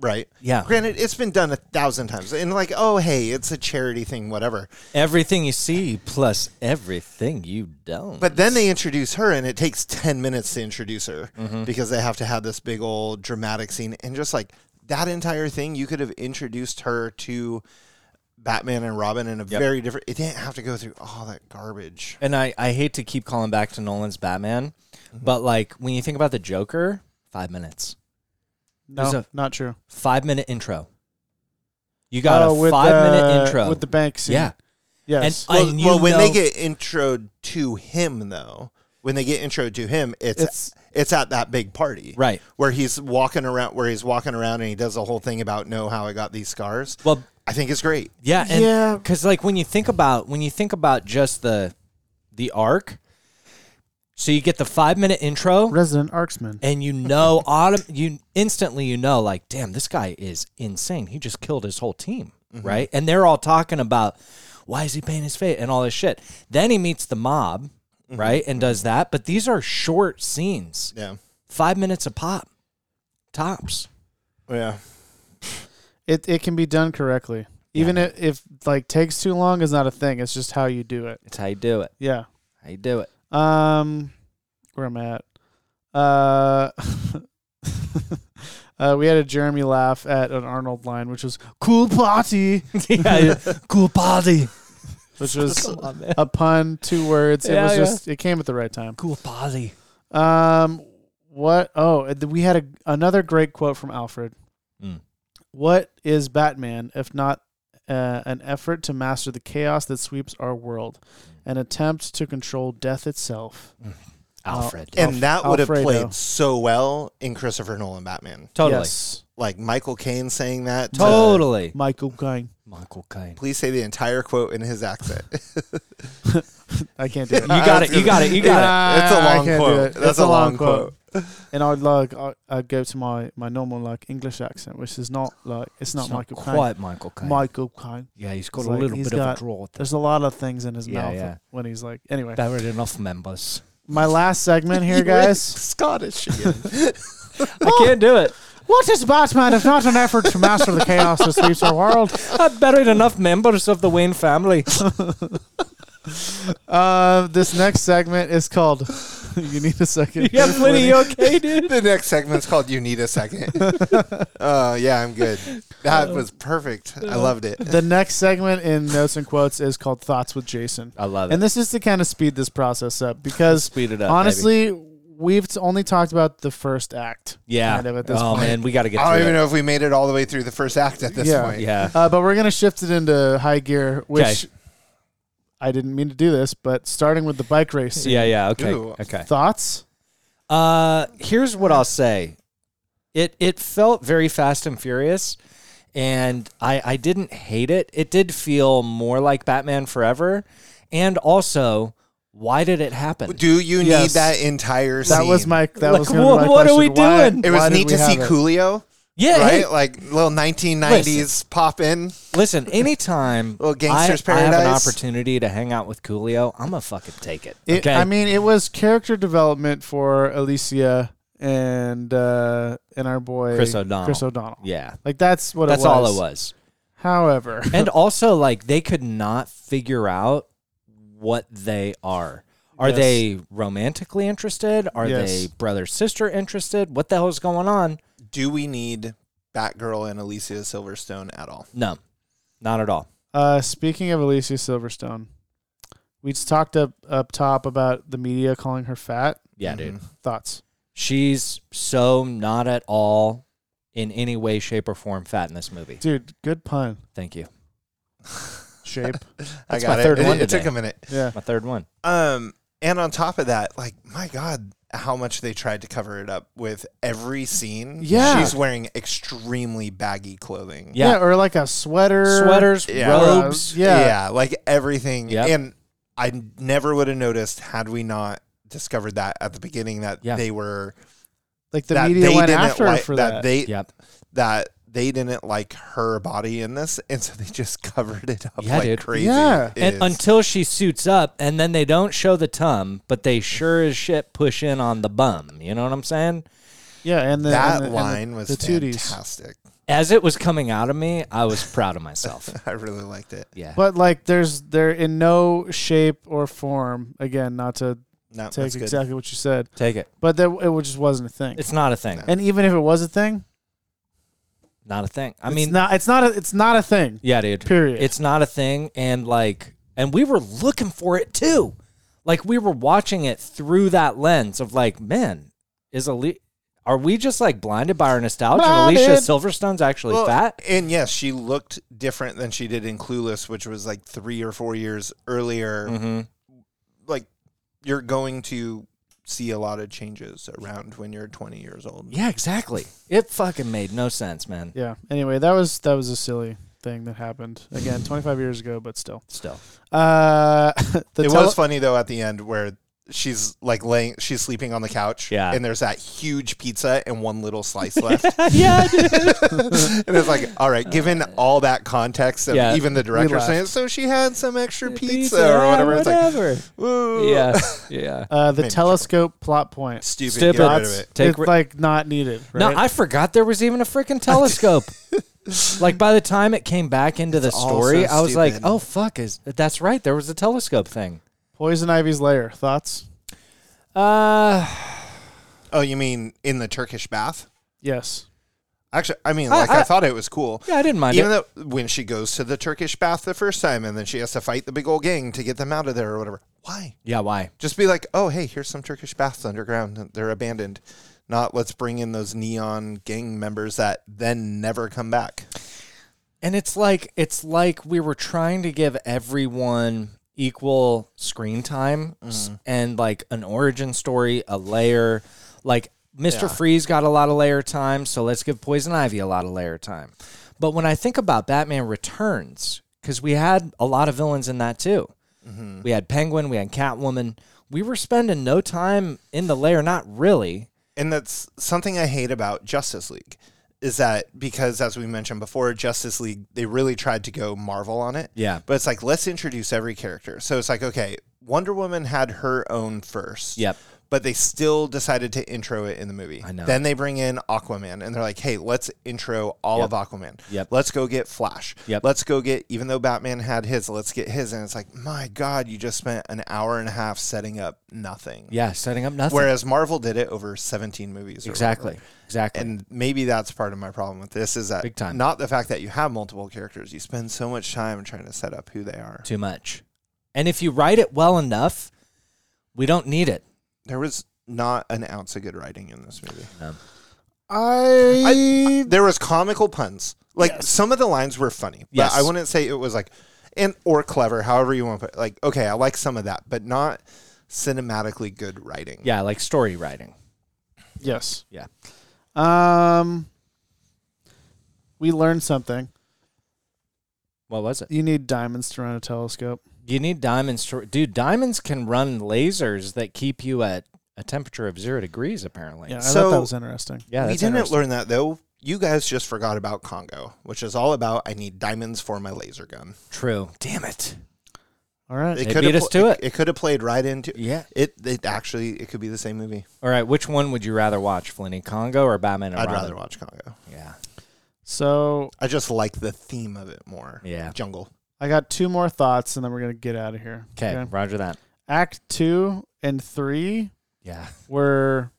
S2: Right.
S1: Yeah.
S2: Granted, it's been done a thousand times, and like, oh, hey, it's a charity thing, whatever.
S1: Everything you see plus everything you don't.
S2: But then they introduce her, and it takes 10 minutes to introduce her
S1: Mm-hmm.
S2: because they have to have this big old dramatic scene. And just like that entire thing, you could have introduced her to Batman and Robin in a very different. It didn't have to go through all that garbage.
S1: and I, I hate to keep calling back to Nolan's Batman, but like when you think about the Joker, five minutes.
S3: No,
S1: There's a-
S3: not true.
S1: Five minute intro. You got
S3: Oh,
S1: a
S3: with
S1: five
S3: the-
S1: minute intro.
S3: with the bank scene.
S1: Yeah.
S3: Yes,
S1: And
S2: Well,
S1: you
S2: well, when they
S1: know-
S2: get intro to him, though, when they get intro to him, it's
S3: It's-
S2: it's, at that big party,
S1: Right.
S2: Where he's walking around, where he's walking around, and he does the whole thing about know how I got these scars.
S1: Well,
S2: I think it's great.
S1: Yeah, and
S3: Yeah.
S1: Because like when you think about when you think about just the the arc, so you get the five minute intro,
S3: Resident Arksman.
S1: and you know, autumn, you instantly you know, like, damn, this guy is insane. He just killed his whole team, right? And they're all talking about why is he paying his fate and all this shit. Then he meets the mob, right, and does that. But these are short scenes,
S2: Yeah,
S1: five minutes a pop, tops.
S2: yeah.
S3: It it can be done correctly, even i- if, like takes too long is not a thing. It's just how you do it.
S1: It's how you do it.
S3: Yeah.
S1: How you do it.
S3: Um, where am I at? Uh, uh, we had a Jeremy laugh at an Arnold line, which was "cool party,"
S1: yeah, cool body.
S3: which was
S1: Come on, man.
S3: a pun, two words. it
S1: Yeah,
S3: was
S1: yeah.
S3: just it came at the right time.
S1: Cool body.
S3: Um, what? Oh, and th- we had a, another great quote from Alfred.
S1: Mm.
S3: What is Batman if not uh, an effort to master the chaos that sweeps our world, an attempt to control death itself?
S1: Alfred.
S2: And that would have
S3: Alfredo.
S2: played so well in Christopher Nolan Batman.
S1: Totally.
S3: Yes,
S2: Like Michael Caine saying that. to-
S1: Totally.
S3: Michael Caine.
S1: Michael Caine.
S2: please say the entire quote in his accent. it's
S3: I can't do it.
S1: You got it. You got it. You got
S2: a
S3: I
S2: long
S3: can't do
S2: quote.
S3: it.
S2: That's
S3: It's
S2: a, long quote.
S3: and I'd like I- I'd go to my, my normal like English accent, which is not like it's not
S1: it.
S3: Michael
S1: Not
S3: Caine.
S1: quite Michael Caine.
S3: Michael Caine.
S1: yeah, he's got
S3: It's
S1: a
S3: like
S1: little
S3: he's
S1: bit
S3: got-
S1: of a draw. There.
S3: There's a lot of things in his
S1: Yeah,
S3: mouth
S1: yeah.
S3: when he's like. Anyway,
S1: There are enough members.
S3: my last segment here, guys.
S2: Scottish again.
S1: I can't do it.
S3: What is Batman if not an effort to master the chaos that sweeps our world?
S1: I've buried Uh, enough members of the Wayne family.
S3: Uh, this next segment is called you need a second.
S1: Yeah, Flinny, you okay, dude?
S2: the next segment's called "You Need a Second. Oh yeah, I'm good. That was perfect. I loved it.
S3: The next segment in notes and quotes is called "Thoughts with Jason."
S1: I love it.
S3: and this is to kind of speed this process up because
S1: Speed it up,
S3: Honestly, we've t- only talked about the first act.
S1: Yeah.
S3: kind of at this
S1: oh
S3: point.
S1: man, we got to get.
S2: I
S1: through
S2: don't even
S1: that.
S2: know if we made it all the way through the first act at this
S3: Yeah.
S2: point.
S1: Yeah.
S3: Uh, but we're gonna shift it into high gear, which
S1: 'Kay.
S3: I didn't mean to do this, but starting with the bike race. Scene,
S1: Yeah. Yeah. Okay.
S2: Ooh.
S1: Okay.
S3: Thoughts?
S1: Uh, here's what I'll say. It it felt very Fast and Furious, and I I didn't hate it. It did feel more like Batman Forever, and also, why did it happen?
S2: Do you
S3: Yes.
S2: need that entire scene?
S3: That was my. That
S1: Like,
S3: was gonna be
S1: wha-
S3: my
S1: what are we
S3: question. Why-
S1: doing?
S2: It was
S3: why did
S2: neat
S3: we
S2: to see
S3: have it?
S2: Coolio,
S1: yeah. hey,
S2: right? Like little 1990s pop in.
S1: listen. Anytime
S2: Little Gangster's
S1: I, I have an
S2: Paradise.
S1: opportunity to hang out with Coolio, I'm gonna fucking take it.
S3: It-
S1: okay.
S3: I mean, it was character development for Alicia and uh, and our boy
S1: Chris O'Donnell.
S3: Chris O'Donnell.
S1: yeah.
S3: Like that's what.
S1: That's
S3: it was.
S1: all it was.
S3: However,
S1: and also like they could not figure out what they are. Are
S3: Yes.
S1: they romantically interested? Are they
S3: Yes.
S1: brother sister interested? What the hell is going on?
S2: Do we need Batgirl and Alicia Silverstone at all?
S1: No, not at all.
S3: uh, speaking of Alicia Silverstone, we just talked up up top about the media calling her fat.
S1: Yeah,
S2: Mm-hmm.
S1: dude.
S3: Thoughts?
S1: She's so not at all in any way, shape, or form fat in this movie.
S3: Dude, good pun.
S1: Thank you.
S3: Shape.
S2: I
S1: That's
S2: got
S1: my
S2: it.
S1: third
S2: it,
S1: one
S2: it took
S1: today.
S2: a minute.
S3: yeah.
S1: My third one.
S2: Um, and on top of that, like my God, how much they tried to cover it up with every scene.
S3: Yeah.
S2: she's wearing extremely baggy clothing.
S1: Yeah.
S3: yeah. or like a sweater.
S1: Sweaters,
S2: Yeah.
S1: robes.
S3: Yeah.
S2: yeah, like everything.
S1: Yep.
S2: And I never would have noticed had we not discovered that at the beginning that
S1: Yeah.
S2: they were
S3: Like the
S2: that
S3: media
S2: they
S3: went
S2: didn't
S3: after her
S2: like-
S3: for
S2: that,
S3: that.
S2: they
S1: Yep.
S2: that they didn't like her body in this, and so they just covered it up
S1: Yeah,
S2: like
S1: dude.
S2: crazy.
S3: Yeah.
S2: It
S1: And
S2: is-
S1: until she suits up, and then they don't show the tum, but they sure as shit push in on the bum. You know what I'm saying?
S3: yeah, and the,
S2: that
S3: and the- and the-
S2: line was
S3: the tooties.
S2: fantastic.
S1: As it was coming out of me, I was proud of myself.
S2: I really liked it.
S1: Yeah.
S3: But like, there's they're in no shape or form. Again, not to
S2: No,
S3: take
S2: that's good.
S3: exactly what you said,
S1: Take it.
S3: but that it just wasn't a thing.
S1: It's not a thing.
S3: and even if it was a thing,
S1: Not a thing. I
S3: I mean,
S1: mean,
S3: it's not. It's not. A, it's not a thing.
S1: yeah, dude.
S3: Period.
S1: It's not a thing. And like, and we were looking for it too. Like, we were watching it through that lens of like, man, is Ali, are we just like blinded by our nostalgia? and Alicia
S3: Blinded.
S1: Silverstone's actually
S2: Well,
S1: fat.
S2: And yes, she looked different than she did in Clueless, which was like three or four years earlier.
S1: Mm-hmm.
S2: Like you're going to see a lot of changes around when you're 20 years old.
S1: Yeah, exactly. It fucking made no sense, man.
S3: Yeah. Anyway, that was that was a silly thing that happened again 25 years ago, but still.
S1: Still.
S3: Uh, the
S2: it
S3: tele-
S2: was funny though at the end where she's like laying, she's sleeping on the couch.
S1: Yeah.
S2: And there's that huge pizza and one little slice left.
S1: yeah, dude. Uh,
S2: and it's like, all right, given all that context of
S1: Yeah,
S2: even the director
S3: laughed.
S2: saying, so she had some extra pizza, or whatever. It's like, ooh.
S1: yeah, yeah.
S3: uh, the
S2: Miniature.
S3: telescope plot point.
S2: Stupid.
S1: Stupid.
S2: Get rid of it.
S1: Take
S3: it's
S1: ri-
S3: like not needed. Right?
S1: No, I forgot there was even a freaking telescope. like by the time it came back into the
S2: It's all
S1: story,
S2: so
S1: I was like,
S2: stupid.
S1: "Oh fuck, is that's right? There was a telescope thing."
S3: Poison Ivy's lair. Thoughts?
S1: Uh,
S2: Oh, you mean in the Turkish bath?
S3: Yes.
S2: Actually, I mean, like I,
S1: I-
S2: thought it was cool.
S1: yeah, I didn't mind
S2: Even
S1: it.
S2: though when she goes to the Turkish bath the first time, and then she has to fight the big old gang to get them out of there or whatever. Why?
S1: yeah, why?
S2: Just be like, oh, hey, here's some Turkish baths underground. and They're abandoned. Not let's bring in those neon gang members that then never come back.
S1: And it's like it's like we were trying to give everyone equal screen time s- and like an origin story, a layer. Like Mr. Freeze got a lot of layer time, so let's give Poison Ivy a lot of layer time. But when I think about Batman Returns, because we had a lot of villains in that too. We had Penguin, we had Catwoman. We were spending no time in the lair, not really.
S2: And that's something I hate about Justice League is that because as we mentioned before, Justice League they really tried to go Marvel on it.
S1: Yeah.
S2: But it's like let's introduce every character. So it's like okay, Wonder Woman had her own first.
S1: Yep.
S2: but they still decided to intro it in the movie.
S1: I know.
S2: Then they bring in Aquaman and they're like, hey, let's intro all of Aquaman.
S1: Yep.
S2: Let's go get Flash.
S1: Yep.
S2: Let's go get, even though Batman had his, let's get his. And it's like, my God, you just spent an hour and a half setting up nothing.
S1: Yeah, setting up nothing.
S2: Whereas Marvel did it over 17 movies. or
S1: exactly,
S2: whatever.
S1: exactly.
S2: And maybe that's part of my problem with this is that
S1: Big time.
S2: not the fact that you have multiple characters, you spend so much time trying to set up who they are.
S1: too much. And if you write it well enough, we don't need it.
S2: There was not an ounce of good writing in this movie.
S3: I,
S2: There was comical puns. Like some of the lines were funny, but
S1: Yes.
S2: I wouldn't say it was like and or clever, however you want to put it. Like, okay, I like some of that, but not cinematically good writing.
S1: Yeah, like story writing.
S3: yes.
S1: Yeah.
S3: Um, we learned something.
S1: What was it?
S3: You need diamonds to run a telescope.
S1: You need diamonds to dude, diamonds can run lasers that keep you at a temperature of zero degrees, apparently.
S3: Yeah, I
S2: So-
S3: thought that was interesting.
S1: Yeah,
S2: we
S1: that's
S2: didn't
S1: interesting.
S2: learn that though. You guys just forgot about Congo, which is all about I need diamonds for my laser gun.
S1: True. Damn it.
S3: All right.
S1: They
S2: coulda
S1: beat us
S2: pl-
S1: to
S2: It,
S1: it.
S2: could have played right into
S1: Yeah.
S2: It it actually it could be the same movie.
S1: All right, which one would you rather watch, Flinny Congo or Batman and
S2: I'd
S1: Robin?
S2: rather watch Congo.
S1: Yeah.
S3: So
S2: I just like the theme of it more.
S1: Yeah.
S2: jungle.
S3: I got two more thoughts, and then we're gonna get out of here.
S1: Okay, Roger that.
S3: Act two and three
S1: Yeah.
S3: were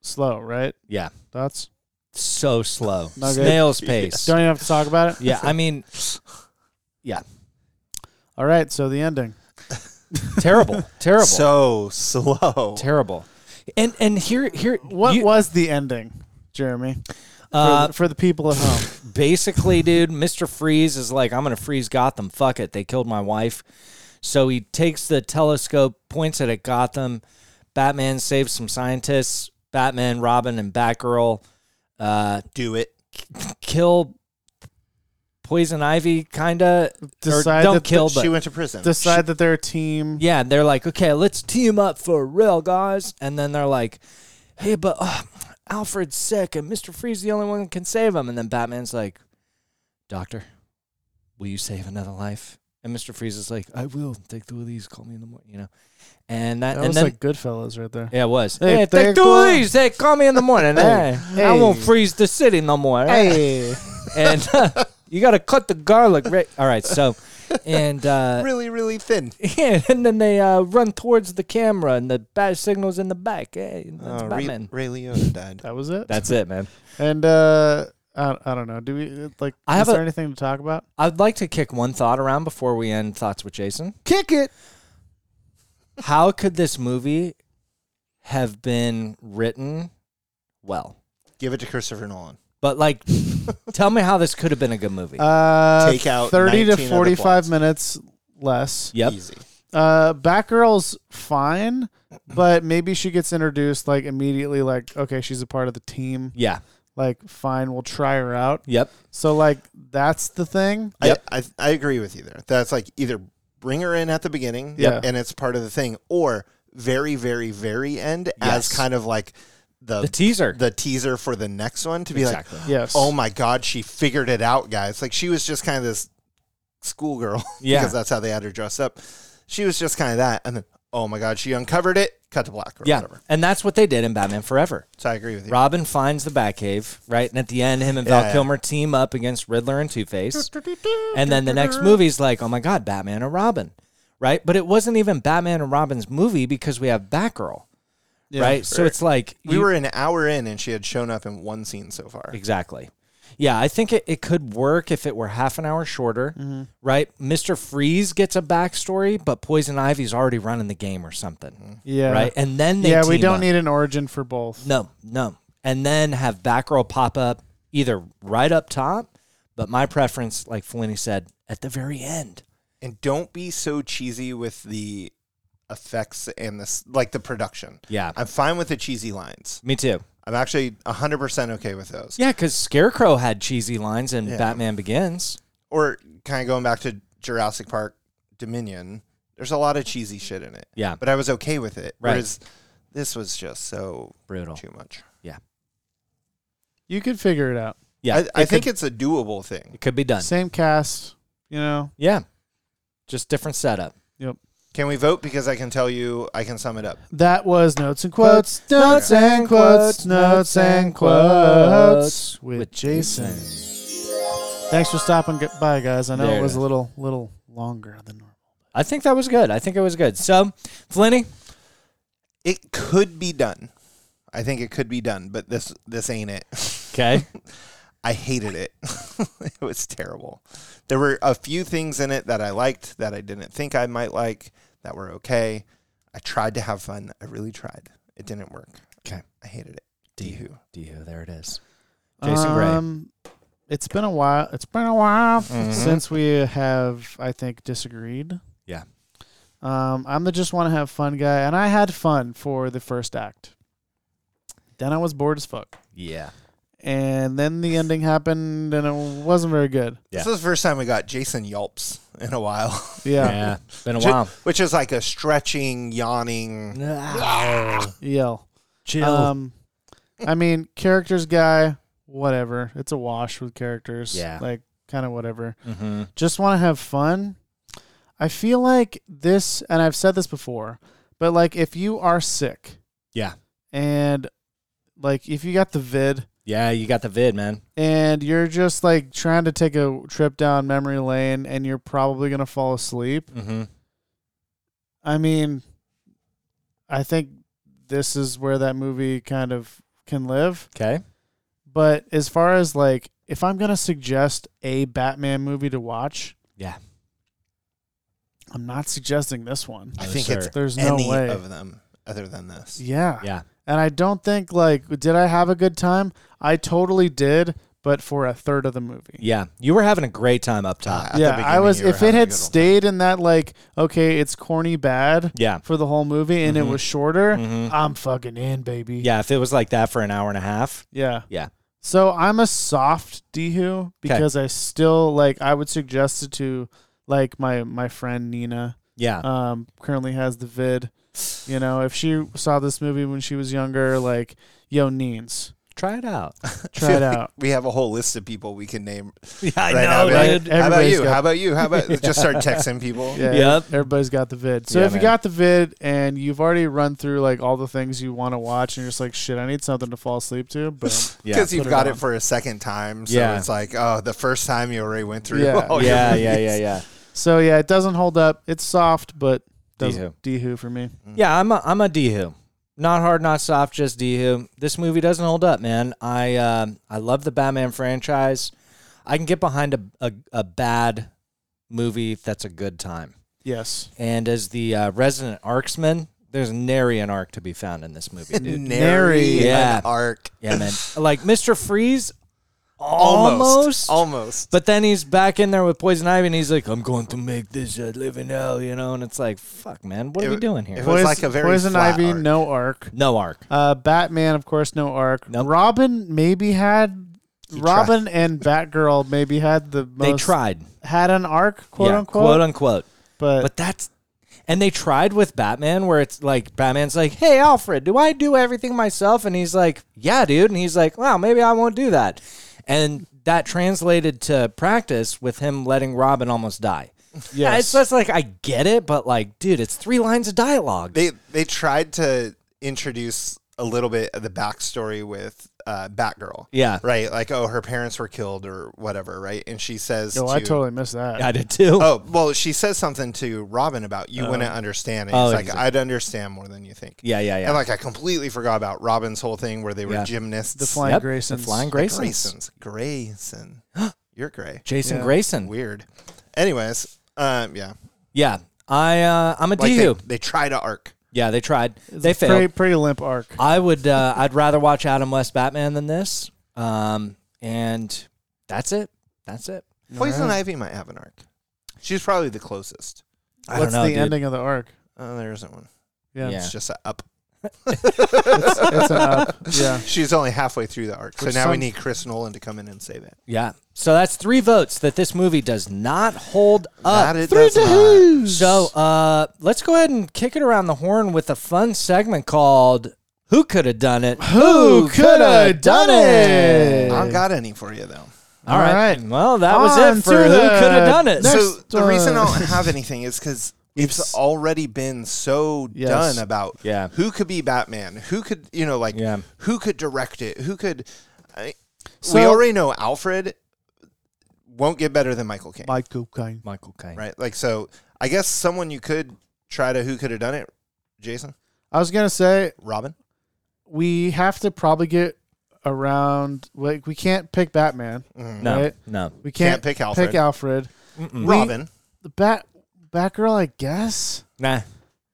S3: slow, right?
S1: Yeah.
S3: Thoughts?
S1: So slow.
S3: Not good.
S1: Snail's pace.
S3: Don't even have to talk about it.
S1: Yeah, I mean Yeah.
S3: All right. So the ending.
S1: Terrible. Terrible.
S2: So slow.
S1: terrible. And and here here
S3: What
S1: you-
S3: was the ending, Jeremy? For,
S1: Uh,
S3: the, for the people at home.
S1: basically, dude, Mr. Freeze is like, I'm going to freeze Gotham. Fuck it. They killed my wife. So he takes the telescope, points it at Gotham. Batman saves some scientists. Batman, Robin, and Batgirl uh,
S2: Do it.
S1: kill Poison Ivy, kind of. Or
S3: Decide
S1: don't
S3: that
S1: kill,
S2: she
S1: but.
S2: went to prison.
S3: Decide that they're a team.
S1: Yeah, they're like, okay, let's team up for real, guys. And then they're like, hey, but uh, Alfred's sick and Mr. Freeze the only one who can save him. And then Batman's like, Doctor, will you save another life? And Mr. Freeze is like, I will. Take two of these. Call me in the morning, you know. And that,
S3: That
S1: and
S3: was
S1: then
S3: like Goodfellas right there.
S1: yeah, it was. Hey,
S3: Hey,
S1: take
S3: take two
S1: two of
S3: of
S1: these. Hey, call me in the morning. hey, I won't
S3: hey.
S1: freeze the city no more.
S3: Hey.
S1: and uh, you got to cut the garlic. Right? All right, so and uh,
S2: really, really thin.
S1: yeah, and then they uh, run towards the camera, and the bat signal's in the back. Hey, that's
S2: Uh, Ray,
S1: Batman.
S2: Ray Liotta died.
S3: That was it.
S1: that's it, man.
S3: and uh, I, I don't know. Do we like?
S1: I
S3: is
S1: have a-
S3: there anything to talk about?
S1: I'd like to kick one thought around before we end thoughts with Jason.
S3: Kick it.
S1: How could this movie have been written well?
S2: Give it to Christopher Nolan.
S1: But like, tell me how this could have been a good movie.
S3: Uh,
S2: Take out
S3: thirty to
S2: 19 other
S3: forty-five
S2: plots.
S3: minutes less.
S1: yep.
S2: Easy.
S3: Uh, Batgirl's fine, but maybe she gets introduced like immediately. Like, okay, she's a part of the team.
S1: Yeah.
S3: Like, fine, we'll try her out.
S1: Yep.
S3: So like, that's the thing.
S1: Yep.
S2: I, I, I agree with you there. That's like either bring her in at the beginning,
S3: Yep.
S2: and it's part of the thing, or very, very, very end as
S1: Yes.
S2: kind of like the
S1: The teaser.
S2: the teaser for the next one to be
S1: exactly.
S2: like,
S3: Yes.
S2: oh my god, she figured it out, guys. Like she was just kind of this schoolgirl
S1: Yeah.
S2: because that's how they had her dressed up. She was just kind of that, and then oh my god, she uncovered it. Cut to black or
S1: yeah.
S2: whatever.
S1: And that's what they did in Batman Forever.
S2: So I agree with you.
S1: Robin finds the Batcave, right? And at the end, him and Val
S2: Yeah, yeah.
S1: Kilmer team up against Riddler and Two Face. And then the next movie's like, oh my God, Batman and Robin, right? But it wasn't even Batman and Robin's movie because we have Batgirl, right? So it's like
S2: we
S1: you-
S2: were an hour in, and she had shown up in one scene so far.
S1: Exactly. Yeah, I think it, it could work if it were half an hour shorter, right? Mr. Freeze gets a backstory, but Poison Ivy's already running the game or something,
S3: Yeah.
S1: right? And then they
S3: yeah, we
S1: team
S3: don't
S1: up.
S3: need an origin for both.
S1: No, no. And then have Batgirl pop up either right up top, but my preference, like Fellini said, at the very end.
S2: and don't be so cheesy with the effects and this like the production.
S1: Yeah.
S2: I'm fine with the cheesy lines.
S1: Me too.
S2: I'm actually 100% okay with those.
S1: Yeah, because Scarecrow had cheesy lines in Batman Begins.
S2: Or kind of going back to Jurassic Park Dominion, there's a lot of cheesy shit in it.
S1: Yeah.
S2: But I was okay with it.
S1: Right.
S2: Whereas this was just so
S1: Brutal.
S2: too much.
S3: You could figure it out.
S1: Yeah, it
S2: I, I think
S1: could,
S2: it's a doable thing.
S1: it could be done.
S3: Same cast, you know.
S1: Yeah, just different setup.
S3: Yep.
S2: Can we vote? Because I can tell you, I can sum it up.
S3: That was notes and quotes, notes and quotes, notes and quotes with Jason. Thanks for stopping g- by, guys. I know
S1: There
S3: it
S1: it
S3: was a
S1: is.
S3: little little longer than normal.
S1: I think that was good. I think it was good. So, Flinny,
S2: It could be done. I think it could be done, but this this ain't it.
S1: okay,
S2: I hated it. it was terrible. There were a few things in it that I liked that I didn't think I might like that were okay. I tried to have fun. I really tried. It didn't work.
S1: Okay.
S2: I hated it. D who?
S1: Dio, there it is.
S3: Um,
S1: Jason Gray.
S3: Gray. It's been a while. It's been a while
S1: Mm-hmm.
S3: since we have, I think, disagreed.
S1: Yeah.
S3: Um, I'm the just want to have fun guy, and I had fun for the first act. Then I was bored as fuck,
S1: Yeah,
S3: and then the ending happened, and it wasn't very good.
S1: Yeah.
S2: This is the first time we got Jason Yelps in a while.
S3: Yeah,
S1: yeah, been a
S2: Ju-
S1: while.
S2: Which is like a stretching, yawning.
S3: yell.
S1: Ah, Chill.
S3: Um, I mean, characters guy, whatever. It's a wash with characters.
S1: Yeah.
S3: Like, kind of whatever.
S1: Mhm.
S3: Just want to have fun. I feel like this, and I've said this before, but like, if you are sick.
S1: Yeah.
S3: And like, if you got the vid
S1: Yeah, you got the vid, man.
S3: and you're just like trying to take a trip down memory lane and you're probably going to fall asleep.
S1: Mm-hmm.
S3: I mean, I think this is where that movie kind of can live.
S1: Okay.
S3: But as far as like, if I'm gonna suggest a Batman movie to watch,
S1: Yeah.
S3: I'm not suggesting this one.
S2: I think it's
S1: sir.
S3: There's no
S2: any
S3: way.
S2: of them other than this.
S3: Yeah.
S1: Yeah.
S3: and I don't think like, did I have a good time? I totally did, but for a third of the movie.
S1: Yeah, you were having a great time up top.
S2: At the
S3: yeah, I
S2: beginning,
S3: was.
S2: you were
S3: If it
S2: having a
S3: had
S2: good old
S3: stayed in that like, okay, it's corny bad
S1: Yeah.
S3: for the whole movie, and
S2: Mm-hmm.
S3: it was shorter,
S1: Mhm.
S3: I'm fucking in, baby.
S1: Yeah, if it was like that for an hour and a half.
S3: Yeah.
S1: Yeah.
S3: So I'm a soft Dehu because I still like I would suggest it to like my my friend Nina
S1: Yeah.
S3: um currently has the vid. You know, if she saw this movie when she was younger, like yo Neens,
S1: Try it out.
S3: try it out.
S2: We have a whole list of people we can name.
S1: yeah, I
S2: right now.
S1: know,
S2: Be like,
S1: dude.
S2: How about
S3: Everybody's
S2: you?
S3: got-
S2: How about you? How about just start texting people?
S3: Yeah,
S1: Yep.
S3: everybody's got the vid. So
S1: Yeah,
S3: if you
S1: man.
S3: got the vid and you've already run through like all the things you want to watch and you're just like shit, I need something to fall asleep to. Boom.
S1: Yeah.
S2: Because you've
S3: um, put it
S2: got
S3: on.
S2: it for a second time, so
S1: Yeah.
S2: it's like, oh, the first time you already went through. Oh,
S3: Yeah.
S2: all your
S1: yeah,
S2: movies.
S1: yeah, yeah, yeah.
S3: so yeah, it doesn't hold up. It's soft, but doesn't Dehu for me.
S2: Mm.
S1: Yeah, I'm a, I'm a Dehu. Not hard, not soft, just Dehu. This movie doesn't hold up, man. I um, I love the Batman franchise. I can get behind a, a, a bad movie that's a good time.
S3: Yes.
S1: And as the uh, resident arcsman, there's nary an arc to be found in this movie, dude.
S2: Nary an
S1: Yeah.
S2: arc.
S1: yeah, man. Like Mr. Freeze,
S2: Almost.
S1: almost
S2: Almost.
S1: But then he's back in there with Poison Ivy, and he's like, "I'm going to make this a living hell," you know. And it's like, "Fuck, man, what are
S2: It-
S1: we doing here?"
S2: it was like a very
S3: Poison
S2: flat
S3: Ivy,
S2: arc.
S3: no arc.
S1: no arc.
S3: Uh, Batman, of course, no arc.
S1: Nope.
S3: Robin maybe had. Robin and Batgirl maybe had the most.
S1: they tried,
S3: Had an arc, quote
S1: Yeah,
S3: unquote.
S1: quote unquote.
S3: but,
S1: But that's, and they tried with Batman, where it's like Batman's like, "Hey, Alfred, do I do everything myself?" And he's like, "Yeah, dude." And he's like, "Wow, maybe I won't do that." And that translated to practice with him letting Robin almost die. Yeah, it's just like I get it, but like, dude, it's three lines of dialogue.
S2: They they tried to introduce a little bit of the backstory with uh, Batgirl.
S1: Yeah.
S2: Right. Like, oh, her parents were killed or whatever. Right. And she says,
S3: no, I
S2: to-
S3: totally missed that.
S1: I did too.
S2: Oh well, she says something to Robin about you wouldn't understand. And
S1: Oh,
S2: he's like,
S1: exactly.
S2: I'd understand more than you think.
S1: Yeah, yeah, yeah.
S2: And like I completely forgot about Robin's whole thing where they were
S1: Yeah.
S2: gymnasts.
S3: The Flying
S1: Yep, the
S3: Graysons.
S1: Flying
S2: The
S1: Graysons.
S2: Graysons. Grayson. You're gray.
S1: Jason
S3: Yeah.
S1: Grayson.
S2: Weird. Anyways, um, yeah.
S1: Yeah. I uh, I'm a
S2: Like
S1: Dehu.
S2: they, they try to arc.
S1: yeah, they tried. They failed.
S3: Pretty, pretty limp arc.
S1: I would uh, I'd rather watch Adam West Batman than this. Um, and that's it. That's it.
S2: Poison Ivy might have an arc. She's probably the closest.
S1: I
S3: What's
S1: don't know,
S3: the
S1: dude.
S3: ending of the arc?
S2: Oh, there isn't one.
S3: Yeah.
S1: Yeah.
S2: It's just a up.
S3: It's, it's an up. Yeah.
S2: She's only halfway through the arc.
S3: Which
S2: so now we
S3: some-
S2: need Chris Nolan to come in and save it.
S1: Yeah. So that's three votes that this movie does not hold up.
S2: That it does not.
S1: So uh, let's go ahead and kick it around the horn with a fun segment called "Who Could Have Done It."
S3: Who coulda done
S2: I
S3: it?
S2: don't got any for you though.
S1: All right.
S3: All right.
S1: Well, that was
S3: On
S1: it for
S3: to
S1: who
S3: the
S1: could have done it.
S3: next
S2: so the reason I
S3: one.
S2: don't have anything is because It's,
S3: It's-
S2: already been so
S3: Yes.
S2: done about
S1: Yeah.
S2: who could be Batman, who could you know like
S1: Yeah.
S2: who could direct it, who could. I, we
S3: So-
S2: already know Alfred won't get better than Michael Caine,
S3: Michael Caine.
S1: Michael Caine.
S2: right? Like so, I guess someone you could try to who could have done it, Jason,
S3: I was gonna say
S2: Robin.
S3: we have to probably get around. Like we can't pick Batman.
S1: No,
S3: Right?
S1: no.
S3: We
S2: Mm-hmm. Can't
S3: can't,
S2: pick Alfred.
S3: Pick Alfred. We-
S2: Robin,
S3: the Bat Batgirl, I guess.
S1: Nah.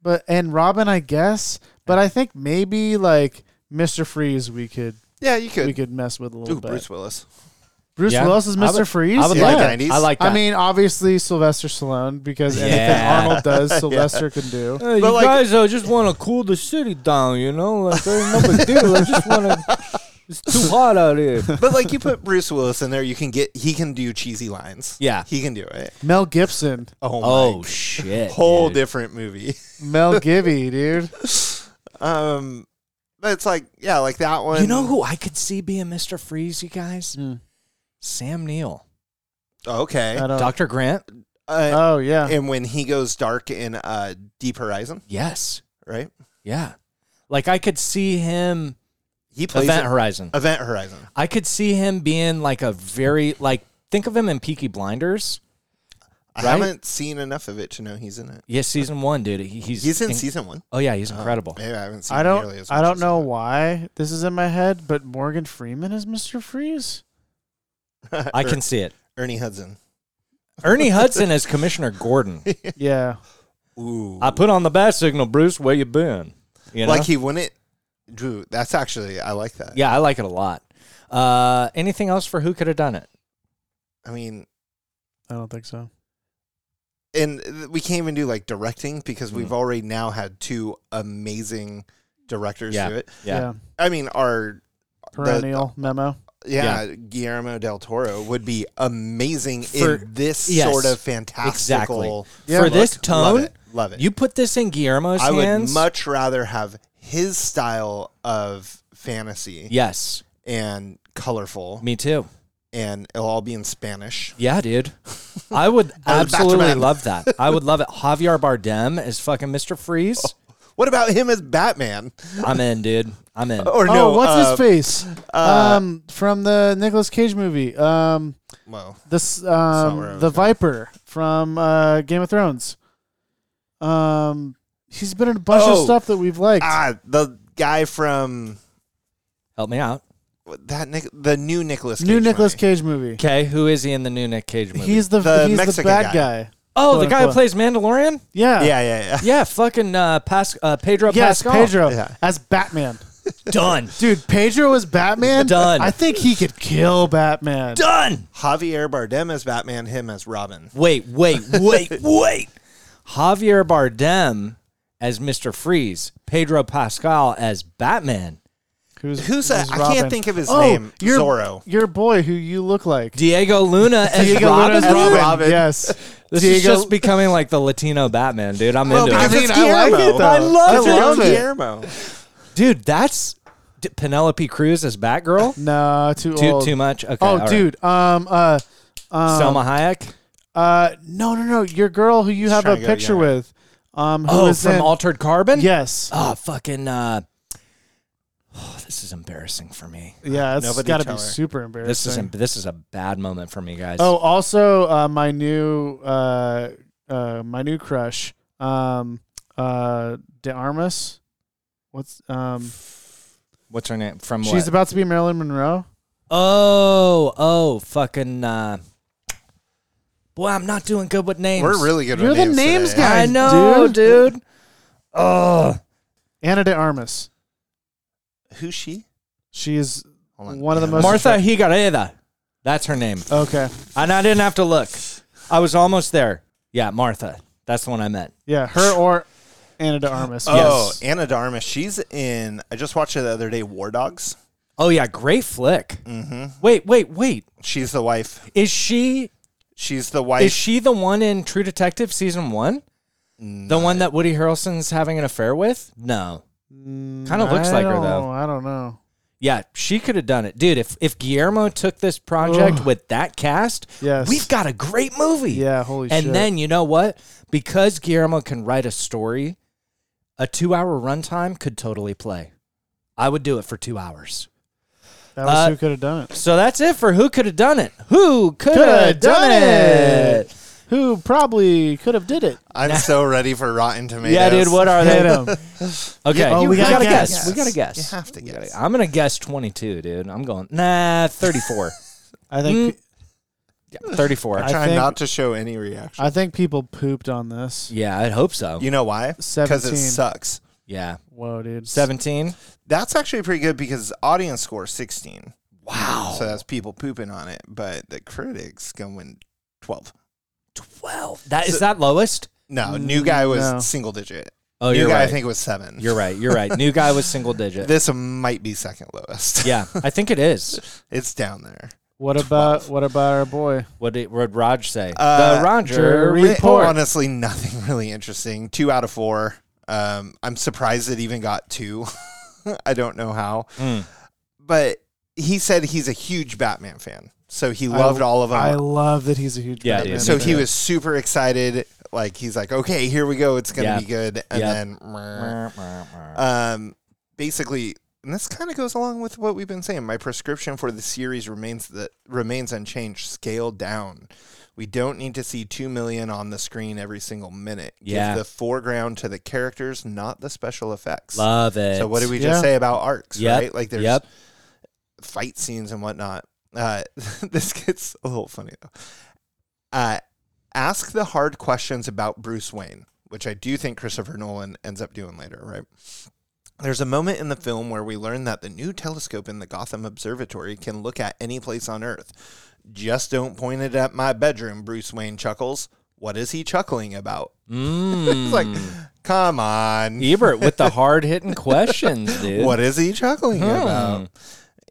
S3: But and Robin, I guess. But I think maybe like Mister Freeze, we could
S2: yeah, you
S3: we
S2: could.
S3: could mess with a little
S2: Ooh,
S3: bit.
S2: Bruce Willis.
S3: Bruce
S1: Yeah.
S3: Willis is
S1: I would-
S3: Mister Freeze.
S1: I would
S2: Yeah.
S1: like
S2: Yeah.
S1: that. I like that.
S3: I mean, obviously Sylvester Stallone because anything
S1: Yeah.
S3: Arnold does, Sylvester can do.
S1: Hey,
S2: But
S1: you
S2: like-
S1: guys uh, just want to cool the city down, you know? Like, there's no big deal. I just want to. It's too hot out here.
S2: But like you put Bruce Willis in there, you can get he can do cheesy lines.
S1: Yeah.
S2: he can do it.
S3: Mel Gibson,
S2: Oh,
S1: Oh,
S2: my
S1: shit.
S2: whole
S1: dude.
S2: different movie.
S3: Mel Gibby, dude.
S2: Um, but it's like yeah, like that one.
S1: You know who I could see being Mr. Freeze, you guys?
S3: Hmm.
S1: Sam Neill.
S2: Okay.
S3: I don't-
S1: Dr. Grant?
S2: Uh,
S3: Oh yeah,
S2: and when he goes dark in uh, Deep Horizon,
S1: Yes.
S2: right?
S1: Yeah. Like, I could see him. Oh,
S2: He plays
S1: Event
S2: it-
S1: Horizon.
S2: Event Horizon.
S1: I could see him being like a very, like, think of him in Peaky Blinders.
S2: I
S1: Right?
S2: haven't seen enough of it to know he's in it.
S1: Yes, season one, dude. He- he's
S2: He's in
S1: inc-
S2: season one.
S1: Oh, yeah. He's incredible.
S2: Maybe I haven't seen.
S3: I
S2: Nearly
S3: don't.
S2: as
S3: I
S2: much
S3: don't
S2: as
S3: know
S2: him.
S3: why this is in my head, but Morgan Freeman is Mister Freeze.
S1: I can see it.
S2: Ernie Hudson.
S1: Ernie Hudson as Commissioner Gordon.
S3: Yeah,
S2: Ooh,
S1: I put on the bat signal, Bruce. Where you been? You know?
S2: like he wouldn't. Drew, that's actually I like that.
S1: yeah, I like it a lot. Uh, anything else for who could have done it?
S2: I mean,
S3: I don't think so.
S2: and th- we can't even do like directing because we've
S1: Mm.
S2: already now had two amazing directors
S1: Yeah.
S2: do it.
S1: Yeah,
S2: I mean, our
S3: perennial memo.
S2: yeah, Guillermo del Toro would be amazing
S1: For-
S2: in this
S1: yes,
S2: sort of fantastical.
S1: for
S2: look.
S1: this tone,
S2: love it. Love it.
S1: you put this in Guillermo's
S2: I
S1: hands.
S2: would much rather have his style of fantasy
S1: yes,
S2: and colorful,
S1: me too.
S2: and it'll all be in Spanish.
S1: Yeah, dude. I would absolutely
S2: Batman.
S1: love that. I would love it. Javier Bardem as fucking Mr. Freeze.
S2: What about him as Batman?
S1: I'm in, dude. I'm in.
S2: Or no?
S3: oh, what's
S2: uh,
S3: his face? um, from the Nicolas Cage movie. Um,
S2: Well,
S3: this
S2: where I was
S3: um, the
S2: going.
S3: Viper from uh, Game of Thrones. Um, he's been in a bunch
S2: Oh.
S3: of stuff that we've liked.
S2: ah, the guy from
S1: Help me out.
S2: that Nic- the new Nicholas
S3: New Nicolas Cage movie.
S1: Okay, who is he in the new Nick Cage movie?
S3: He's the,
S2: The
S3: he's
S2: Mexican
S3: the bad
S2: guy.
S3: guy.
S1: oh, the
S3: quote,
S1: guy who
S3: unquote.
S1: plays Mandalorian.
S3: Yeah.
S2: Yeah, yeah, yeah.
S1: Yeah, fucking uh, Pas- uh, Pedro
S3: Yes,
S1: Pascal.
S3: Pedro
S2: Yeah.
S3: as Batman.
S1: Done.
S3: Dude, Pedro as Batman.
S1: Done.
S3: I think he could kill Batman.
S1: Done.
S2: Javier Bardem as Batman, him as Robin.
S1: Wait, wait, wait, wait. Javier Bardem as Mr. Freeze, Pedro Pascal as Batman,
S3: Who's,
S2: Who's that? I can't think of his
S3: oh,
S2: name.
S3: Your,
S2: Zorro.
S3: Your boy, who you look like.
S1: Diego Luna as
S3: Diego
S1: Robin.
S3: Luna's Robin.
S2: Robin.
S3: Yes.
S1: This is
S3: Diego-
S1: just becoming like the Latino Batman, dude. I'm
S2: Well,
S1: into
S2: because
S1: it.
S2: it's
S3: I like
S2: Guillermo.
S3: it, though.
S1: I love
S2: Because
S1: it.
S2: it's
S3: love it.
S2: Guillermo.
S1: Dude, that's D- Penelope Cruz as Batgirl?
S3: No, too,
S1: too,
S3: old.
S1: too much? Okay. all
S3: Oh,
S1: right.
S3: dude. Um. Uh. Um,
S1: Selma Hayek?
S3: Uh. No, no, no. Your girl, who you have
S2: trying
S3: a
S2: to go
S3: picture
S2: younger.
S3: with. Um. Who
S1: Oh,
S3: is
S1: from
S3: in-
S1: Altered Carbon?
S3: Yes.
S1: Oh, fucking. Uh, oh, this is embarrassing for me.
S3: yeah. It's
S2: Nobody
S3: got to
S2: tell
S3: be
S2: her.
S3: super embarrassing.
S1: This is em- this is a bad moment for me, guys.
S3: Oh, also uh, my new uh, uh, my new crush, um, uh, De Armas. What's um?
S1: what's her name? From
S3: She's
S1: what?
S3: about to be Marilyn Monroe.
S1: Oh, oh, fucking. Uh, boy, I'm not doing good with names.
S2: We're really good
S3: You're
S2: with
S3: the
S2: names
S3: names
S2: today.
S3: guy.
S1: I know, dude.
S3: Dude.
S1: Oh,
S3: Anna De Armas.
S2: Who's she?
S3: She is
S2: Hold on.
S3: one of the most
S1: Martha Higareda. That's her name.
S3: Okay,
S1: And I didn't have to look. I was almost there. Yeah, Martha. That's the one I meant.
S3: yeah, her or Anna De Armas.
S2: Oh,
S1: Yes.
S2: Anna Darmus. She's in. I just watched her the other day. War Dogs.
S1: Oh, yeah, great flick.
S2: Mm-hmm.
S1: Wait, wait, wait.
S2: She's the wife.
S1: Is she
S2: She's the
S1: Is
S2: wife.
S1: she the one in True Detective season one? The one that Woody Harrelson's having an affair with? No. Kind of looks
S3: I
S1: like her
S3: don't-
S1: though.
S3: I don't know.
S1: Yeah, she could have done it, dude. If if Guillermo took this project with that cast,
S3: Yes.
S1: we've got a great movie.
S3: Yeah, holy
S1: and
S3: shit.
S1: then you know what? Because Guillermo can write a story, a two-hour runtime could totally play. I would do it for two hours.
S3: That was
S1: Uh,
S3: who could have done it.
S1: So that's it for who could have done it. Who could
S3: Coulda
S1: have done it?
S3: Who probably could have did it?
S2: I'm so ready for Rotten Tomatoes.
S1: Yeah, dude. What are they?
S3: Hit 'em.
S1: Okay.
S3: Yeah, you
S1: we
S3: gotta
S1: gotta guess.
S3: guess.
S1: We gotta guess.
S2: You have to
S1: We
S2: guess.
S1: gotta- I'm gonna guess 22, dude. I'm going nah, 34.
S3: I think.
S1: Mm. yeah, 34.
S3: I
S2: Try
S3: think-
S2: not to show any reaction.
S3: I think people pooped on this.
S1: yeah, I hope so.
S2: you know why? Because it
S3: 17.
S2: sucks.
S1: Yeah,
S3: Whoa, dude.
S1: 17.
S2: That's actually pretty good because audience score is 16. Wow. So that's people pooping on it, but the critics going 12.
S1: 12. That is that lowest?
S2: No, new guy was
S3: no.
S2: single digit.
S1: Mm, Oh,
S2: new
S1: you're
S2: guy
S1: right.
S2: I think was 7.
S1: you're right. You're right. New guy was single digit.
S2: This might be second lowest.
S1: yeah, I think it is.
S2: it's down there.
S3: What about what about our boy?
S1: What did what did Raj say?
S2: Uh,
S1: the Roger
S3: jury-
S1: report.
S2: Honestly, nothing really interesting. Two out of four. Um, I'm surprised it even got two. I don't know how.
S1: Hmm.
S2: But he said he's a huge Batman fan. So he loved
S3: I-
S2: all of them.
S3: I love that he's a huge
S1: Yeah,
S3: Batman
S1: dude.
S2: so
S3: fan.
S2: he was super excited. Like he's like, okay, here we go. It's gonna
S1: Yeah.
S2: be good. And
S1: Yeah.
S2: then, meh. um, basically, and this kind of goes along with what we've been saying. My prescription for the series remains that remains unchanged. Scale down. We don't need to see two million on the screen every single minute.
S1: Yeah.
S2: Give the foreground to the characters, not the special effects.
S1: Love it.
S2: So what did we just
S3: Yeah.
S2: say about arcs?
S1: Yep.
S2: Right? Like there's
S1: Yep.
S2: fight scenes and whatnot. Uh, this gets a little funny though. Uh, ask the hard questions about Bruce Wayne, which I do think Christopher Nolan ends up doing later, right? There's a moment in the film where we learn that the new telescope in the Gotham Observatory can look at any place on Earth. Just don't point it at my bedroom, Bruce Wayne chuckles. What is he chuckling about? it's like,
S1: Hmm.
S2: come on.
S1: Mm. Ebert with the hard hitting questions, dude.
S2: What is he chuckling about?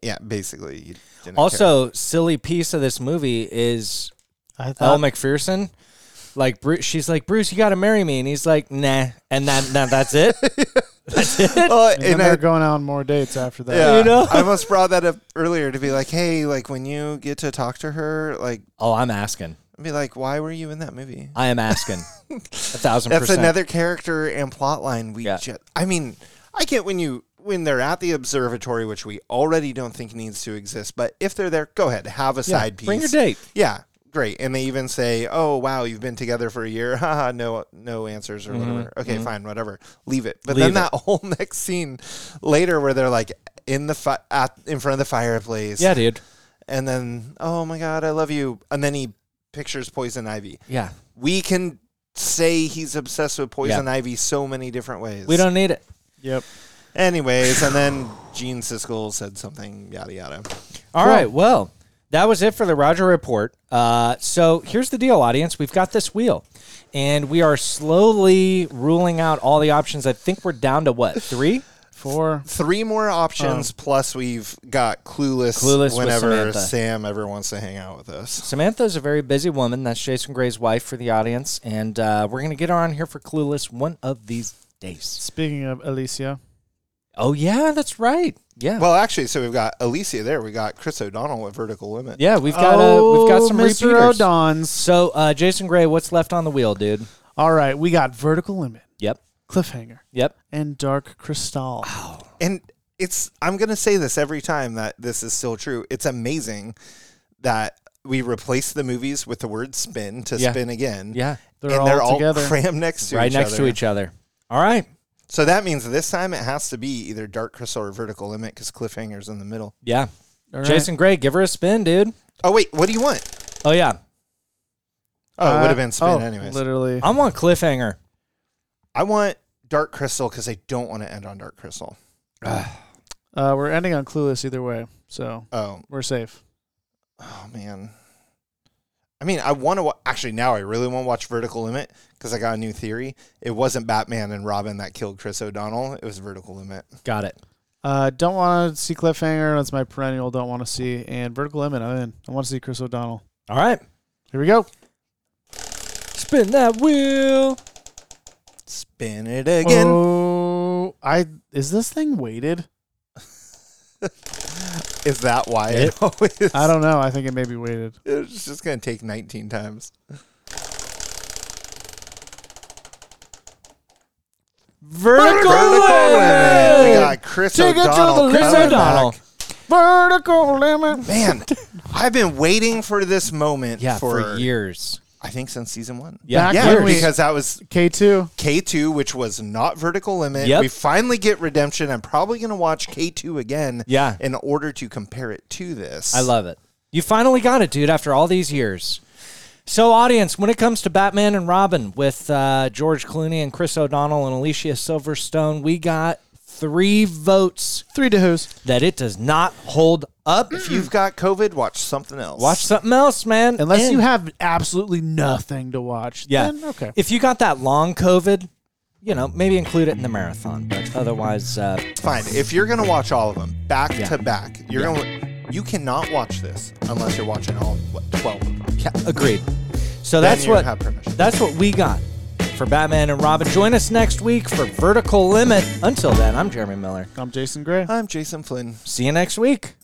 S2: Yeah, basically. You didn't care.
S1: Hmm. Also, silly piece of this movie is
S3: I
S1: Elle
S3: thought
S1: McPherson. Like Bruce, she's like Bruce, you got to marry me, and he's like, nah, and that, that that's it.
S2: Well,
S3: and then
S2: Oh, and
S3: they're
S2: I,
S3: going on more dates after that.
S2: yeah,
S1: you know?
S2: I almost brought that up earlier to be like, hey, like when you get to talk to her, like,
S1: oh, I'm asking.
S2: be like, why were you in that movie?
S1: I am asking. A thousand
S2: That's
S1: percent.
S2: another character and plot line. We
S1: Yeah.
S2: just, I mean, I get when you when they're at the observatory, which we already don't think needs to exist. But if they're there, go ahead, have a side piece.
S1: bring your date.
S2: Yeah, great. And they even say, "Oh, wow, you've been together for a year." Haha, no, no answers or whatever. Okay, fine, whatever. Leave it. But then
S1: Mm-hmm, Leave
S2: that whole next scene later, where they're like in the fi- at, in front of the fireplace.
S1: Yeah, dude.
S2: And then, oh my god, I love you. And then he pictures poison ivy
S1: Yeah,
S2: we can say he's obsessed with poison ivy so many different ways.
S1: we don't need it.
S3: Yep.
S2: Anyways, and then Gene Siskel said something, yada yada.
S1: All right. Well, that was it for the Roger Report. Uh, so here's the deal, audience. We've got this wheel, and we are slowly ruling out all the options. I think we're down to what three.
S3: Four.
S2: Three more options. plus, we've got clueless.
S1: Um, Clueless with
S2: whenever
S1: Samantha.
S2: Sam ever wants to hang out with us.
S1: Samantha's a very busy woman. That's Jason Gray's wife for the audience, and uh, we're gonna get her on here for Clueless one of these days.
S3: Speaking of Alicia,
S1: Oh yeah, that's right. Yeah,
S2: Well, actually, so we've got Alicia there. We got Chris O'Donnell with Vertical Limit.
S1: yeah, we've got uh, we've got some
S3: Mr.
S1: repeaters.
S3: Oh, O'Dons.
S1: So uh, Jason Gray, what's left on the wheel, dude?
S3: All right, we got Vertical Limit,
S1: Yep,
S3: Cliffhanger,
S1: yep.
S3: and Dark Crystal.
S2: and it's. I'm gonna say this every time that this is still true. It's amazing that we replace the movies with the word spin to
S1: Yeah.
S2: spin again.
S1: Yeah,
S3: They're
S2: and
S3: all
S2: they're all
S3: together.
S2: crammed next to
S1: right
S2: each
S1: next
S2: other.
S1: to each other. All right.
S2: So that means this time it has to be either Dark Crystal or Vertical Limit because Cliffhanger's in the middle.
S1: Yeah.
S3: All right.
S1: Jason Gray, give her a spin, dude.
S2: Oh, wait, what do you want?
S1: Oh yeah,
S2: Oh, it
S3: Uh,
S2: would have been spin
S3: oh,
S2: anyways.
S3: Literally.
S1: I want cliffhanger.
S2: I want Dark Crystal because I don't want to end on Dark Crystal.
S3: Uh, we're ending on Clueless either way, so
S2: Oh,
S3: we're safe.
S2: oh man. I mean, I want to wa- actually now I really want to watch Vertical Limit because I got a new theory. It wasn't Batman and Robin that killed Chris O'Donnell. It was Vertical Limit.
S1: Got it.
S3: Uh, don't want to see Cliffhanger. That's my perennial. Don't want to see. And Vertical Limit. I'm in. I want to see Chris O'Donnell.
S1: All right.
S3: Here we go.
S1: Spin that wheel.
S2: Spin it again.
S3: Oh, I is this thing weighted?
S2: Is that why it always?
S3: I don't know. I think it may be weighted.
S2: It's just gonna take 19 times.
S1: Vertical,
S2: Vertical
S1: limit.
S2: limit. We got Chris
S1: Ticket to
S2: O'Donnell.
S1: the Chris
S2: coming
S1: O'Donnell.
S2: back.
S3: Vertical limit.
S2: Man, I've been waiting for this moment
S1: Yeah,
S2: for,
S1: for, years.
S2: I think since season one.
S1: Yeah,
S3: Back
S2: Yeah,
S3: when we-
S2: because that was
S3: K two.
S2: K2, which was not vertical limit.
S1: Yep.
S2: We finally get redemption. I'm probably going to watch K2 again
S1: Yeah.
S2: in order to compare it to this.
S1: I love it. You finally got it, dude, after all these years. So, audience, when it comes to Batman and Robin with uh, George Clooney and Chris O'Donnell and Alicia Silverstone, we got three votes
S3: Three to who's.
S1: that it does not hold up.
S2: If you've got COVID, watch something else.
S1: Watch something else, man.
S3: Unless you
S1: And-
S3: have absolutely nothing to watch.
S1: Yeah.
S3: Then, okay.
S1: If you got that long COVID, you know, maybe include it in the marathon. But otherwise, uh,
S2: Fine. If you're going to watch all of them back
S1: Yeah.
S2: to back, you're going to. You cannot watch this unless you're watching all what, 12 of them.
S1: yeah, agreed. So
S2: Then
S1: that's
S2: you
S1: what
S2: have permission.
S1: that's what we got for Batman and Robin. Join us next week for Vertical Limit. Until then, I'm Jeremy Miller.
S3: I'm Jason Gray.
S2: I'm Jason Flynn.
S1: See you next week.